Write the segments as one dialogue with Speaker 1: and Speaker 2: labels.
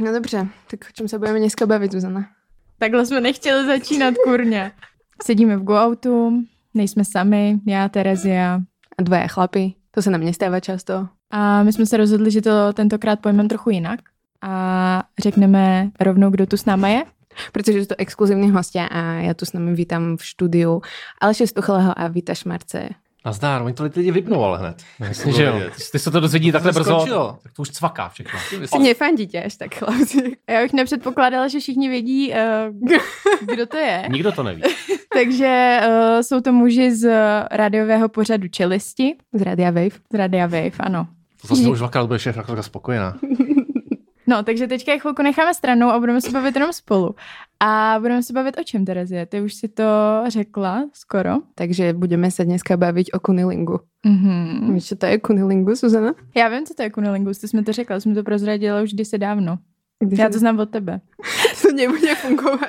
Speaker 1: No dobře, tak o čem se budeme dneska bavit, Zuzana?
Speaker 2: Takhle jsme nechtěli začínat, kurně. Sedíme v GoAutu, nejsme sami, já, Terezia.
Speaker 1: A dvoje chlapy, to se na mě stává často.
Speaker 2: A my jsme se rozhodli, že to tentokrát pojmeme trochu jinak a řekneme rovnou, kdo tu s náma je.
Speaker 1: Protože jsou to exkluzivní hosté a já tu s námi vítám v studiu Aleše Stuchelého a Víta Šmarce.
Speaker 3: Nazdar, oni to lidi vypnou ale hned.
Speaker 4: Myslím, že jo. Ty se Jako to dozvědí takhle
Speaker 3: to
Speaker 4: brzo.
Speaker 3: skončilo.
Speaker 4: Tak to už cvaká všechno.
Speaker 1: Si mě fandíte až tak, chlapci.
Speaker 2: Já bych nepředpokládala, že všichni vědí, eh, kdo to je.
Speaker 4: Nikdo to neví.
Speaker 2: Takže eh, jsou to muži z eh, rádiového pořadu Čelisti,
Speaker 1: Z Radia Wave.
Speaker 2: z Radia Wave, ano.
Speaker 3: To
Speaker 4: Hm.
Speaker 3: zase už dvakrát bude šéf spokojená.
Speaker 2: No, takže teďka je chvilku necháme stranou a budeme se bavit jenom spolu. A budeme se bavit o čem, Terezie? Ty už si to řekla skoro.
Speaker 1: Takže budeme se dneska bavit o kunilingu.
Speaker 2: Mm-hmm.
Speaker 1: Víš, co to je kunilingu, Zuzana?
Speaker 2: Já vím, co to je kunilingus, ty jsme to řekla, jsme to prozradila už kdysi dávno.
Speaker 1: Když
Speaker 2: Já to znám od tebe.
Speaker 1: to nebude fungovat.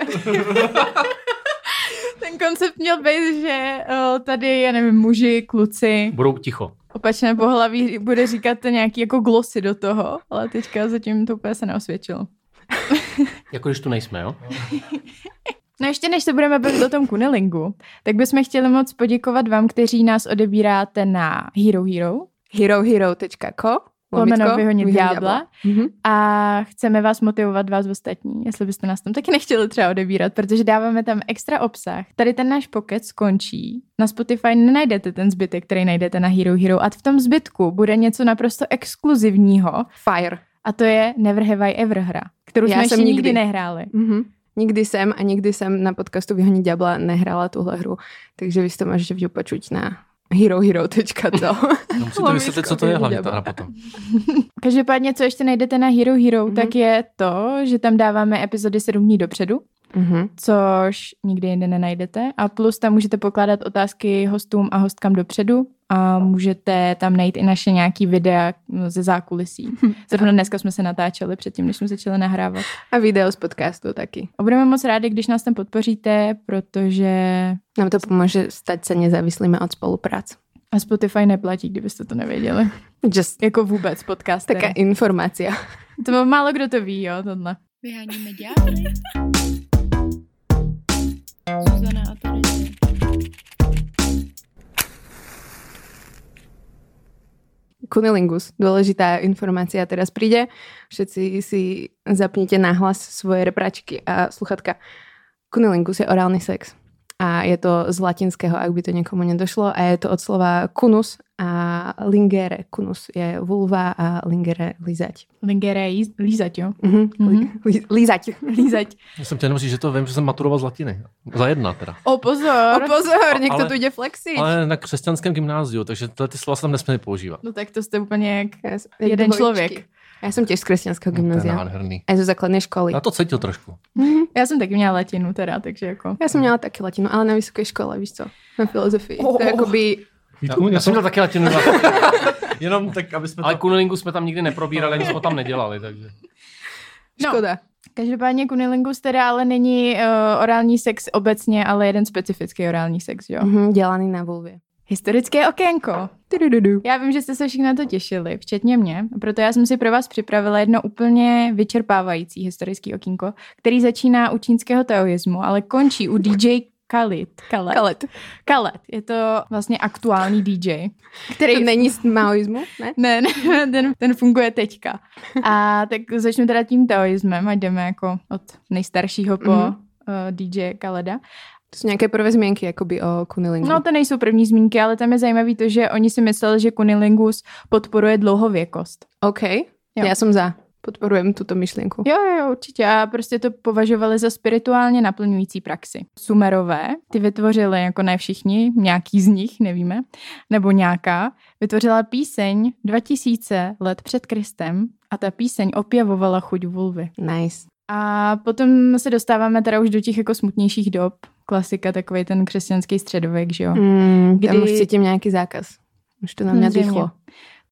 Speaker 2: Ten koncept měl být, že eh, tady, já nevím, muži, kluci,
Speaker 4: Budou ticho.
Speaker 2: opačné pohlaví bude říkat nějaký jako glosy do toho, ale teďka zatím to úplně se neosvědčilo.
Speaker 4: Jako když tu nejsme, jo?
Speaker 2: No ještě než se budeme bavit o tom kunilingu, tak bychom chtěli moc poděkovat vám, kteří nás odebíráte na Hero Hero,
Speaker 1: herohero.co
Speaker 2: Lomeno vyhonit ďábla.
Speaker 1: Mhm.
Speaker 2: A chceme vás motivovat, vás ostatní, jestli byste nás tam taky nechtěli třeba odebírat, protože dáváme tam extra obsah. Tady ten náš pokec skončí. Na Spotify nenajdete ten zbytek, který najdete na Hero Hero a v tom zbytku bude něco naprosto exkluzivního
Speaker 1: Fire.
Speaker 2: a to je Never Have I Ever hra, kterou
Speaker 1: Já
Speaker 2: jsme ještě
Speaker 1: jsem
Speaker 2: nikdy,
Speaker 1: nikdy.
Speaker 2: nehráli.
Speaker 1: Mhm. Nikdy jsem a nikdy jsem na podcastu Vyhonit ďábla nehrála tuhle hru, takže vy si to můžete vždy počuť na herohero.co.
Speaker 4: No, musíte
Speaker 1: Lovíčko,
Speaker 4: vysvětlit, co to je hlavně ta
Speaker 1: dělá.
Speaker 4: hra potom.
Speaker 2: Každopádně, co ještě najdete na Hero Hero,
Speaker 1: Mhm.
Speaker 2: mm-hmm. tak je to, že tam dáváme epizody 7 dní dopředu,
Speaker 1: mhm.
Speaker 2: což nikdy jinde nenajdete. A plus tam můžete pokládat otázky hostům a hostkám dopředu a můžete tam najít i naše nějaký videa no, ze zákulisí. Zrovna dneska jsme se natáčeli předtím, než jsme začali nahrávat.
Speaker 1: A video z podcastu taky.
Speaker 2: A budeme moc rádi, když nás tam podpoříte, protože
Speaker 1: Nám to pomůže stať se nezávislými od spolupráce.
Speaker 2: Spotify neplatí, kdybyste to nevěděli.
Speaker 1: Just
Speaker 2: Jako vůbec podcast.
Speaker 1: taká
Speaker 2: teda.
Speaker 1: informácia.
Speaker 2: To málo kdo to ví, jo, tohle.
Speaker 5: Vyháníme ďábly. Zuzana a Terezie.
Speaker 1: Kunilingus, důležitá informácia teraz príde. Všetci si zapnite nahlas svoje repračky a sluchatka. Kunilingus je orální sex. A je to z latinského, ak by to někomu nedošlo. A je to od slova kunus a lingere. Kunus je vulva a lingere lízať.
Speaker 2: Lingere jíz- lízať, jo?
Speaker 1: Mhm.
Speaker 2: Mhm.
Speaker 1: Lí, lízať.
Speaker 2: Lízať.
Speaker 4: Já jsem chtěl jenom říct, že to vím, že jsem maturoval z latiny. Za jedna teda.
Speaker 2: O, pozor.
Speaker 1: O pozor,
Speaker 4: Ale-
Speaker 1: někdo tu jde flexit.
Speaker 4: Ale na křesťanském gymnáziu, takže tyhle ty slova jsem nesměli používat.
Speaker 2: No tak to jste úplně jak...
Speaker 1: Já jsem-
Speaker 2: Jeden
Speaker 1: dvojičky.
Speaker 2: člověk.
Speaker 1: Já jsem těž z křesťanského
Speaker 4: No, To je No.
Speaker 1: gymnázia.
Speaker 4: nádherný.
Speaker 1: A je ze základné školy.
Speaker 4: Já to cítil trošku.
Speaker 1: Mhm.
Speaker 2: Já jsem taky měla latinu teda, takže jako...
Speaker 1: Já jsem měla taky latinu, ale na vysoké škole, víš co? Na filozofii. Oh, to je jakoby...
Speaker 4: Já, já jsem měl taky latinu.
Speaker 3: Jenom tak, aby jsme
Speaker 4: Ale kunelingu jsme tam nikdy neprobírali, ani jsme ho tam nedělali. Takže.
Speaker 2: No.
Speaker 1: Škoda.
Speaker 2: Každopádně kunilingus teda ale není uh, orální sex obecně, ale jeden specifický orální sex, jo?
Speaker 1: No. Mhm, dělaný na vulvě.
Speaker 2: Historické okénko.
Speaker 1: Tudududu.
Speaker 2: Já vím, že jste se všichni na to těšili, včetně mě, proto já jsem si pro vás připravila jedno úplně vyčerpávající historický okýnko, který začíná u čínského taoismu, ale končí u DJ Khalid. Khaled.
Speaker 1: Kalet.
Speaker 2: Khaled. Je to vlastně aktuální DJ, který
Speaker 1: To není z maoismu, ne?
Speaker 2: Ne, ne, ten, ten funguje teďka. A tak začnu teda tím taoismem, a jdeme jako od nejstaršího po
Speaker 1: Mhm.
Speaker 2: mm-hmm. uh, DJ Kaleda.
Speaker 1: To jsou nějaké prvé zmínky jakoby o kunilingu.
Speaker 2: No to nejsou první zmínky, ale tam je zajímavý to, že oni si mysleli, že kunilingus podporuje dlouhověkost.
Speaker 1: OK, jo. já jsem za. Podporujem tuto myšlenku.
Speaker 2: Jo, jo, jo, určitě. A prostě to považovali za spirituálně naplňující praxi. Sumerové, ty vytvořili, jako ne všichni, nějaký z nich, nevíme, nebo nějaká, vytvořila píseň 2000 let před Kristem a ta píseň opěvovala chuť vulvy.
Speaker 1: Nice.
Speaker 2: A potom se dostáváme teda už do těch jako smutnějších dob. Klasika, takový ten křesťanský středověk, že jo.
Speaker 1: Mm, Kdy... Tam
Speaker 2: Kdy-
Speaker 1: už cítím nějaký zákaz. Už to na mě
Speaker 2: Samozřejmě.
Speaker 1: dýchlo.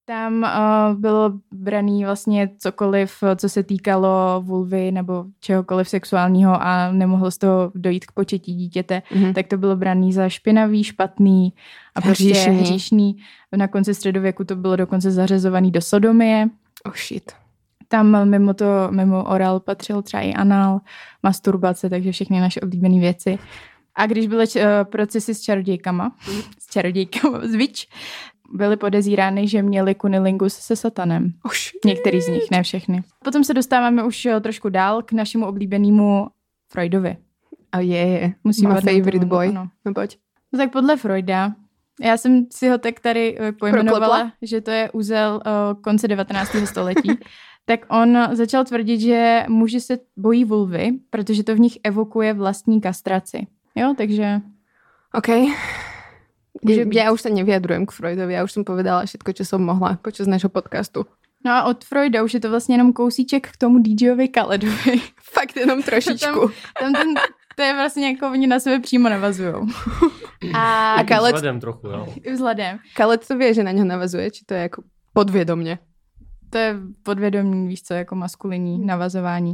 Speaker 2: Tam uh, bylo braný vlastně cokoliv, co se týkalo vulvy nebo čehokoliv sexuálního a nemohlo z toho dojít k početí dítěte,
Speaker 1: Mhm.
Speaker 2: tak to bylo braný za špinavý, špatný a prostě
Speaker 1: Hříšný.
Speaker 2: hříšný. hříšný. Na konci středověku to bylo dokonce zařazovaný do sodomie.
Speaker 1: Oh shit.
Speaker 2: Tam mimo to, mimo oral patřil třeba i anal, masturbace, takže všechny naše oblíbené věci. A když byly uh, procesy s čarodějkama,
Speaker 1: Mhm.
Speaker 2: s čarodějkama, s witch, byly podezírány, že měli kunilingus se satanem.
Speaker 1: Oš.
Speaker 2: Některý z nich, ne všechny. Potom se dostáváme už eh, trošku dál k našemu oblíbenému Freudovi.
Speaker 1: A je, je.
Speaker 2: Musím
Speaker 1: Má
Speaker 2: odmítnout,
Speaker 1: oh, favorite
Speaker 2: ano,
Speaker 1: boy.
Speaker 2: ano.
Speaker 1: No pojď.
Speaker 2: No tak podle Freuda, já jsem si ho tak tady eh, pojmenovala,
Speaker 1: Proklepla?
Speaker 2: že to je úzel eh, konce 19. století, tak on začal tvrdit, že muži se bojí vulvy, protože to v nich evokuje vlastní kastraci. Jo, takže
Speaker 1: OK.
Speaker 2: Může
Speaker 1: Ja-
Speaker 2: byť.
Speaker 1: Ja už sa nevyjadrujem k Freudovi, ja už som povedala všetko, čo som mohla počas nášho podcastu.
Speaker 2: No a od Freuda už je to vlastně jenom kousíček k tomu DJovi Kaledovi.
Speaker 1: Fakt jenom trošičku.
Speaker 2: Tam ten, to je vlastně jako oni na sebe přímo navazují. A
Speaker 1: A Kalec,
Speaker 4: Vzhledem trochu, jo.
Speaker 2: i vzhledem.
Speaker 1: Kalec to vie, že na ňo navazuje, či to je jako ako podviedomne.
Speaker 2: To je podvědomí, víš co, jako maskulinní
Speaker 1: Hmm.
Speaker 2: navazování.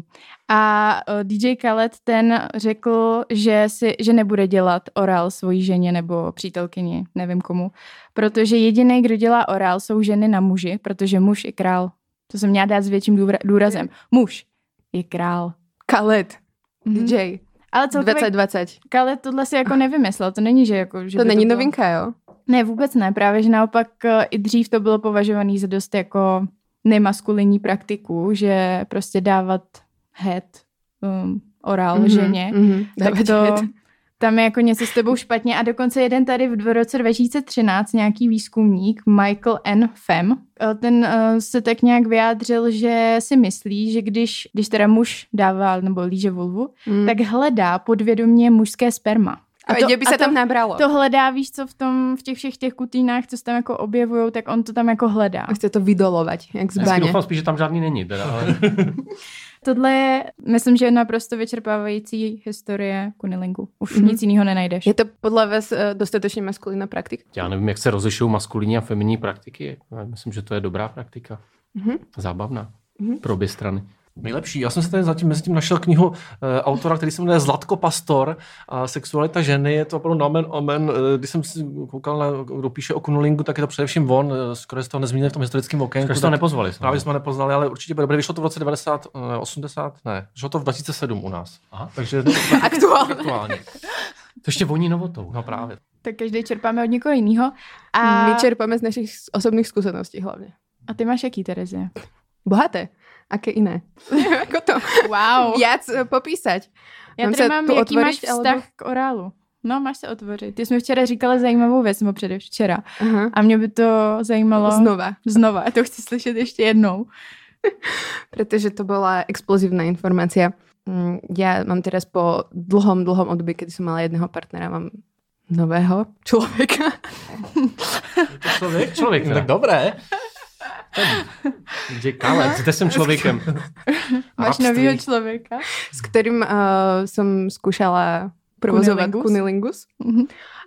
Speaker 2: A eh, DJ Khaled ten řekl, že, si, že nebude dělat orál svojí ženě nebo přítelkyni, nevím komu. Protože jediný, kdo dělá orál, jsou ženy na muži, protože muž je král. To jsem měla dát s větším důvra- důrazem. Muž je král.
Speaker 1: Kalet,
Speaker 2: Mhm.
Speaker 1: DJ,
Speaker 2: Ale celkově
Speaker 1: 2020.
Speaker 2: Ale tohle si jako nevymyslel, to není, že jako... Že
Speaker 1: To
Speaker 2: by
Speaker 1: není
Speaker 2: bylo-
Speaker 1: novinka, jo?
Speaker 2: Ne, vůbec ne, právě že naopak eh, i dřív to bylo považovaný za dost jako nemaskulinní praktiku, že prostě dávat head, um, orál mm-hmm. ženě,
Speaker 1: Mm-hmm.
Speaker 2: tak to, tam je jako něco s tebou špatně. A dokonce jeden tady v dv- roce 2013 nějaký výzkumník, Michael N. Fem, eh, ten eh, se tak nějak vyjádřil, že si myslí, že když, když teda muž dává nebo líže vulvu,
Speaker 1: Mm.
Speaker 2: tak hledá podvědomě mužské sperma.
Speaker 1: a to, by
Speaker 2: mhm. a
Speaker 1: sa
Speaker 2: to,
Speaker 1: tam nabralo.
Speaker 2: to hledá, víš co, v, tom, v těch všech těch kutýnách, co se tam jako objevujou, tak on to tam jako hledá.
Speaker 1: A chce to vydolovať, jak z
Speaker 4: Já si
Speaker 1: bane.
Speaker 4: doufám spíš, že tam žádný není, teda, ale
Speaker 2: Tohle je, myslím, že naprosto vyčerpávající historie Kunilingu. Už
Speaker 1: Mhm.
Speaker 2: mm-hmm. nic jiného nenajdeš.
Speaker 1: Je to podľa vás eh, dostatečne maskulína praktika?
Speaker 4: já nevím, jak se rozlišují maskulinní a feminní praktiky. Já myslím, že to je dobrá praktika.
Speaker 1: Mhm.
Speaker 4: Zábavná.
Speaker 1: Mhm.
Speaker 4: Pro obě
Speaker 3: Jako
Speaker 4: strany. Nejlepší. Já jsem se tady zatím, mezi tím našel knihu uh, autora, který se jmenuje Zlatko Pastor a sexualita ženy. Je to opravdu nomen omen. Uh, když jsem si koukal, na, kdo píše o kunulingu, tak je to především on. Uh, skoro jste ho nezmínili v tom historickém okénku. Skoro jste ho tak- nepozvali.
Speaker 3: Právě
Speaker 4: samozřejmě.
Speaker 3: jsme ho nepoznali, ale určitě bude dobré. Vyšlo to v roce 90, eh, 80, ne, vyšlo to v 2007 u nás.
Speaker 4: Aha.
Speaker 3: Takže to je
Speaker 1: Aktuálne.
Speaker 3: aktuální.
Speaker 4: To ještě voní novotou.
Speaker 3: No právě.
Speaker 2: Tak každý čerpáme od někoho jiného. A,
Speaker 1: My čerpáme z našich osobných skúseností hlavne.
Speaker 2: a ty máš jaký, Terezie?
Speaker 1: Bohaté. Aké iné? Neviem,
Speaker 2: Jako
Speaker 1: Ako to
Speaker 2: Wow. Já,
Speaker 1: viac eh, popísať?
Speaker 2: já
Speaker 1: mám
Speaker 2: tady
Speaker 1: se
Speaker 2: mám,
Speaker 1: tu
Speaker 2: jaký máš
Speaker 1: otvoriť,
Speaker 2: vztah
Speaker 1: alebo-
Speaker 2: k orálu. No, máš se otvořit. Ty jsi mi včera říkala zajímavou věc, nebo předevčera.
Speaker 1: Aha.
Speaker 2: A mě by to zajímalo
Speaker 1: Znova,
Speaker 2: znova. To chci slyšet ještě jednou.
Speaker 1: pretože to bola explozívna informácia. Mm, Ja mám teraz po dlhom, dlhom období, kedy som mala jedného partnera, mám nového človeka.
Speaker 4: Člověk? Člověk.
Speaker 3: Tak
Speaker 4: Teda.
Speaker 3: dobré.
Speaker 4: Ale zde jsem člověkem.
Speaker 2: Máš
Speaker 4: Arabství.
Speaker 2: nového člověka.
Speaker 1: s ktorým uh, som skúšala provozovať
Speaker 2: Kunilingus?
Speaker 1: kunilingus.
Speaker 2: Mhm.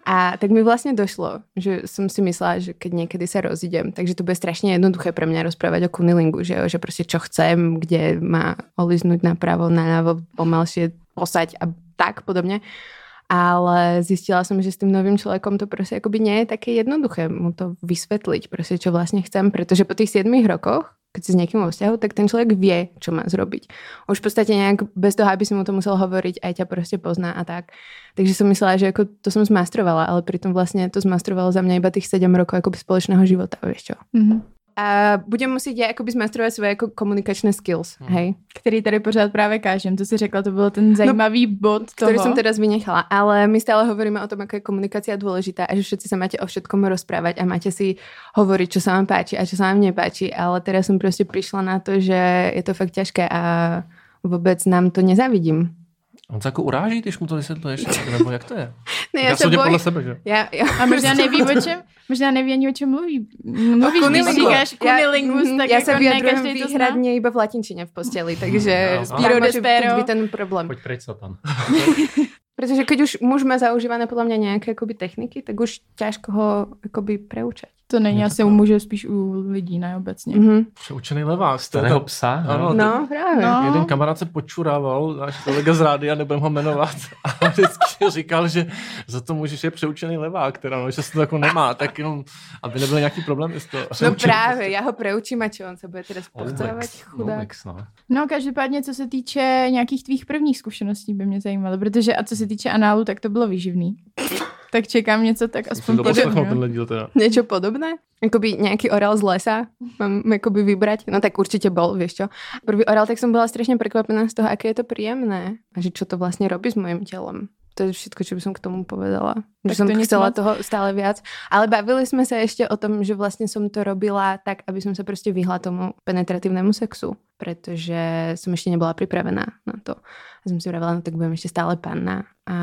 Speaker 1: A tak mi vlastne došlo, že som si myslela, že keď niekedy sa rozídem, takže to bude strašne jednoduché pre mňa rozprávať o kunilingu, že, jo, že proste čo chcem, kde ma oliznúť napravo, naľavo, pomalšie posať a tak podobne. Ale zistila som, že s tým novým človekom to proste akoby nie je také jednoduché mu to vysvetliť, proste čo vlastne vlastně chcem, pretože po tých 7 rokoch, keď si s niekým vo vzťahu, tak ten človek vie, čo má zrobiť už v podstate nejak bez toho, aby si mu to musel hovoriť, aj ťa proste pozná a tak. Takže som myslela, že ako to som zmastrovala, ale pritom vlastne to zmastrovalo za mňa iba tých 7 rokov akoby spoločného života, vieš čo.
Speaker 2: Mhm.
Speaker 1: A budem musieť ja akoby zmastrovať svoje ako komunikačné skills, hmm. hej?
Speaker 2: který tady pořád právě kážem. To si řekla, to byl ten zajímavý no, bod toho.
Speaker 1: ktorý som teraz vynechala. Ale my stále hovoríme o tom, ako je komunikácia dôležitá a že všetci sa máte o všetkom rozprávať a máte si hovoriť, čo sa vám páči a čo sa vám nepáči. Ale teraz som proste prišla na to, že je to fakt ťažké a vôbec nám to nezavidím.
Speaker 4: On se jako uráží, když mu to vysvětluješ, nebo jak to je?
Speaker 1: Ne,
Speaker 4: Já, já soudím podle sebe, že?
Speaker 1: Ja, ja,
Speaker 2: A možná neví, o čem, možná neví ani o čem mluví. Mluvíš, když
Speaker 1: Kunilingu.
Speaker 2: říkáš kunilingus,
Speaker 1: Mhm,
Speaker 2: tak
Speaker 1: ja
Speaker 2: jako
Speaker 1: sa
Speaker 2: ne
Speaker 1: vyjadrujem
Speaker 2: každý to zná.
Speaker 1: výhradne iba v latinčine v posteli, takže
Speaker 4: Mm,
Speaker 1: s
Speaker 4: áno.
Speaker 1: tým
Speaker 2: Tam
Speaker 1: môže
Speaker 2: Prospero.
Speaker 1: byť ten problém.
Speaker 4: Pojď pryč, Satan.
Speaker 1: Pretože keď už muž má zaužívané podľa mňa nejaké akoby techniky, tak už ťažko ho akoby preučať.
Speaker 2: To není
Speaker 4: Je
Speaker 2: asi u muže, spíš u lidí, ne obecně.
Speaker 1: Mhm.
Speaker 4: Přeučený levák. To je
Speaker 3: Starého
Speaker 4: ta-
Speaker 3: psa.
Speaker 4: Ano, to-
Speaker 1: No, právě.
Speaker 2: No.
Speaker 4: Jeden kamarád se počurával, náš kolega z rádia, nebudem ho jmenovat, a vždycky říkal, že za to můžeš je přeučený levák, teda, no, že se to jako nemá, tak jenom, aby nebyl nějaký problém s to.
Speaker 1: No právě, já ho preučím a čo, on se bude teda spoutávat,
Speaker 3: Olmex,
Speaker 1: chudák.
Speaker 3: Olmex, no.
Speaker 2: No každopádně, co se týče nějakých tvých prvních zkušeností, by mě zajímalo, protože a co se týče análu, tak to bylo výživný. Tak čekám něco, tak aspoň
Speaker 4: Jsem to poslechnout
Speaker 2: podobného.
Speaker 4: tenhle díl teda.
Speaker 1: Niečo podobné? Akoby nejaký orál z lesa mám akoby vybrať? No tak určite bol, vieš čo. Prvý orál, tak som bola strašne prekvapená z toho, aké je to príjemné. A že čo to vlastne robí s mojim telom. To je všetko, čo by som k tomu povedala. Že
Speaker 2: Tak
Speaker 1: som
Speaker 2: to
Speaker 1: to
Speaker 2: něco
Speaker 1: chcela
Speaker 2: moc-
Speaker 1: toho stále viac. Ale bavili sme sa ešte o tom, že vlastne som to robila tak, aby som sa proste vyhla tomu penetratívnemu sexu. Pretože som ešte nebola pripravená na to. A som si vravela, no tak budem ešte stále panna. A...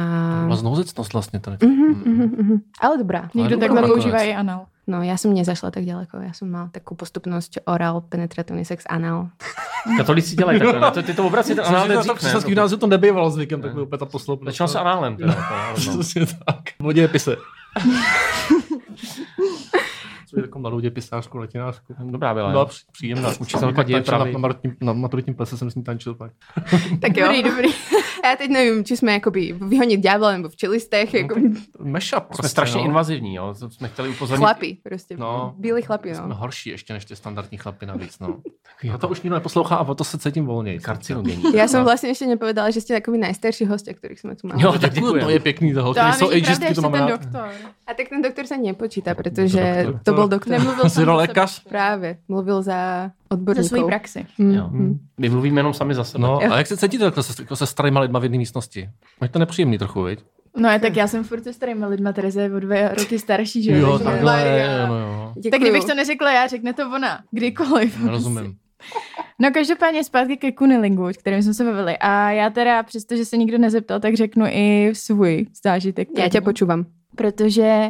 Speaker 4: Byla znouzecnost vlastně tady.
Speaker 1: Mhm, mhm, mhm. Ale dobrá.
Speaker 2: Někdo
Speaker 4: Ale
Speaker 2: takhle
Speaker 4: nakonec.
Speaker 2: používá i anal.
Speaker 1: No, já jsem nezašla tak daleko. Já jsem měla takovou postupnost oral, penetrativní sex, anal.
Speaker 3: Katolíci dělají takhle, ne? To- ty to obrací ten anál
Speaker 4: Znám,
Speaker 3: dřív,
Speaker 4: to
Speaker 3: ne?
Speaker 4: v křesťanském gymnáziu to nebývalo zvykem, tak
Speaker 3: Ne.
Speaker 4: byl úplně ta posloupnost.
Speaker 3: Začal se análem. Teda, jako, no.
Speaker 4: Přesně tak. O dějepise. Co je takovou mladou dějepisářku, latinářku.
Speaker 3: Dobrá byla.
Speaker 4: Byla
Speaker 3: jo.
Speaker 4: při- příjemná.
Speaker 3: Učitelka
Speaker 4: Tančila
Speaker 3: dějepravy.
Speaker 4: na, na, maritním- na maturitním plese jsem s ní tančil pak.
Speaker 1: Tak jo. Dobrý, dobrý. Já teď nevím, či jsme jakoby vyhonit ďábla nebo v čelistech, jako
Speaker 4: Meša prostě,
Speaker 3: Jsme strašně
Speaker 4: no.
Speaker 3: invazivní, jo. To Jsme chtěli upozornit.
Speaker 1: chlapi, prostě. No,
Speaker 4: No.
Speaker 1: Bílí chlapi,
Speaker 4: Jsme
Speaker 1: no.
Speaker 4: horší ještě než ty standardní chlapy navíc, no. Já to už nikdo neposlouchá a o to se cítím volněji.
Speaker 3: Karcinogenní. No.
Speaker 1: Já
Speaker 6: No.
Speaker 1: jsem vlastně ještě nepovedala, že jste takový nejstarší hosté, kterých jsme tu měli.
Speaker 3: Jo, tak
Speaker 4: Děkuji, No, to je
Speaker 3: děkuji.
Speaker 4: pěkný toho.
Speaker 2: To
Speaker 4: To
Speaker 2: ale
Speaker 4: jsou
Speaker 2: není pravda,
Speaker 4: ageistky,
Speaker 2: ještě
Speaker 4: to
Speaker 2: ten
Speaker 4: mám rád.
Speaker 2: doktor.
Speaker 1: A tak ten doktor se nepočítá, protože
Speaker 4: doktor.
Speaker 1: to byl doktor.
Speaker 2: Nemluvil
Speaker 4: Jsi
Speaker 2: jsem
Speaker 4: lékař?
Speaker 1: Právě, mluvil za
Speaker 2: Za svoji
Speaker 1: odborníkou.
Speaker 2: praxi.
Speaker 1: Mm,
Speaker 3: Jo.
Speaker 1: mm.
Speaker 3: My mluvíme jenom sami za sebe.
Speaker 4: No, a jak se cítíte takhle se, jako se starýma lidma v jedné místnosti? Je to nepříjemný trochu, viď?
Speaker 2: No a tak já jsem furt se starýma lidma, Tereze je o dvě roky starší, že
Speaker 1: Jo,
Speaker 2: jo?
Speaker 1: tak-
Speaker 2: Takže-
Speaker 1: Maria.
Speaker 4: je, no jo.
Speaker 1: Děkuju.
Speaker 2: Tak kdybych to neřekla já, řekne to ona, kdykoliv.
Speaker 4: Rozumím.
Speaker 2: No každopádně zpátky ke kunilingu, o kterém jsme se bavili. A já teda, přestože se nikdo nezeptal, tak řeknu i svůj zážitek.
Speaker 1: Já tě
Speaker 2: první.
Speaker 1: počuvám.
Speaker 2: Protože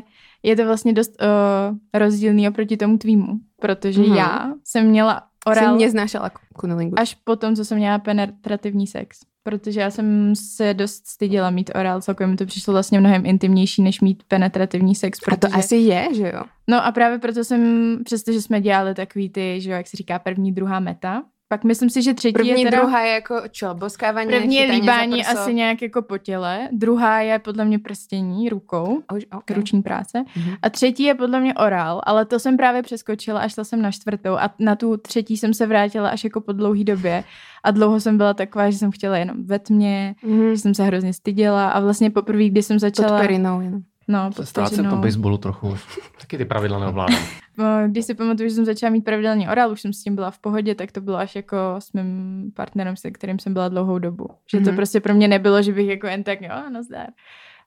Speaker 2: je to vlastně dost uh, rozdílný oproti tomu tvýmu. Protože
Speaker 1: Mhm.
Speaker 2: mm-hmm. já jsem měla orál
Speaker 1: Jsem neznášela kunelingu.
Speaker 2: až po tom, co jsem měla penetrativní sex. Protože já jsem se dost styděla mít orál, celkově mi to přišlo vlastně mnohem intimnější, než mít penetrativní sex.
Speaker 1: A to
Speaker 2: Protože...
Speaker 1: asi je, že jo?
Speaker 2: No a právě proto jsem, přestože jsme dělali takový ty, že jo, jak se říká, první, druhá meta, pak myslím si, že třetí
Speaker 1: První,
Speaker 2: je teda...
Speaker 1: druhá je jako čo? Boskávání,
Speaker 2: První je
Speaker 1: chytání za
Speaker 2: líbání
Speaker 1: prso.
Speaker 2: asi nějak jako po těle, druhá je podle mě prstění rukou,
Speaker 1: A už- ok.
Speaker 2: okay. ruční práce,
Speaker 1: Mhm.
Speaker 2: a třetí je podle mě orál, ale to jsem právě přeskočila a šla jsem na čtvrtou a na tu třetí jsem se vrátila až jako po dlouhý době a dlouho jsem byla taková, že jsem chtěla jenom ve tmě,
Speaker 1: Mhm.
Speaker 2: že jsem se hrozně styděla a vlastně poprvé, když jsem
Speaker 1: Pod
Speaker 2: začala...
Speaker 1: perinou jenom.
Speaker 2: No,
Speaker 4: Se
Speaker 2: pod
Speaker 4: ztrácím v tom
Speaker 2: peřinou.
Speaker 4: baseballu trochu.
Speaker 3: Taky ty pravidla neovládám.
Speaker 2: No, když si pamatuju, že jsem začala mít pravidelně orál, už jsem s tím byla v pohodě, tak to bylo až jako s mým partnerem, se kterým jsem byla dlouhou dobu. Že to
Speaker 1: Mhm.
Speaker 2: prostě pro mě nebylo, že bych jako jen tak, jo, no zdar.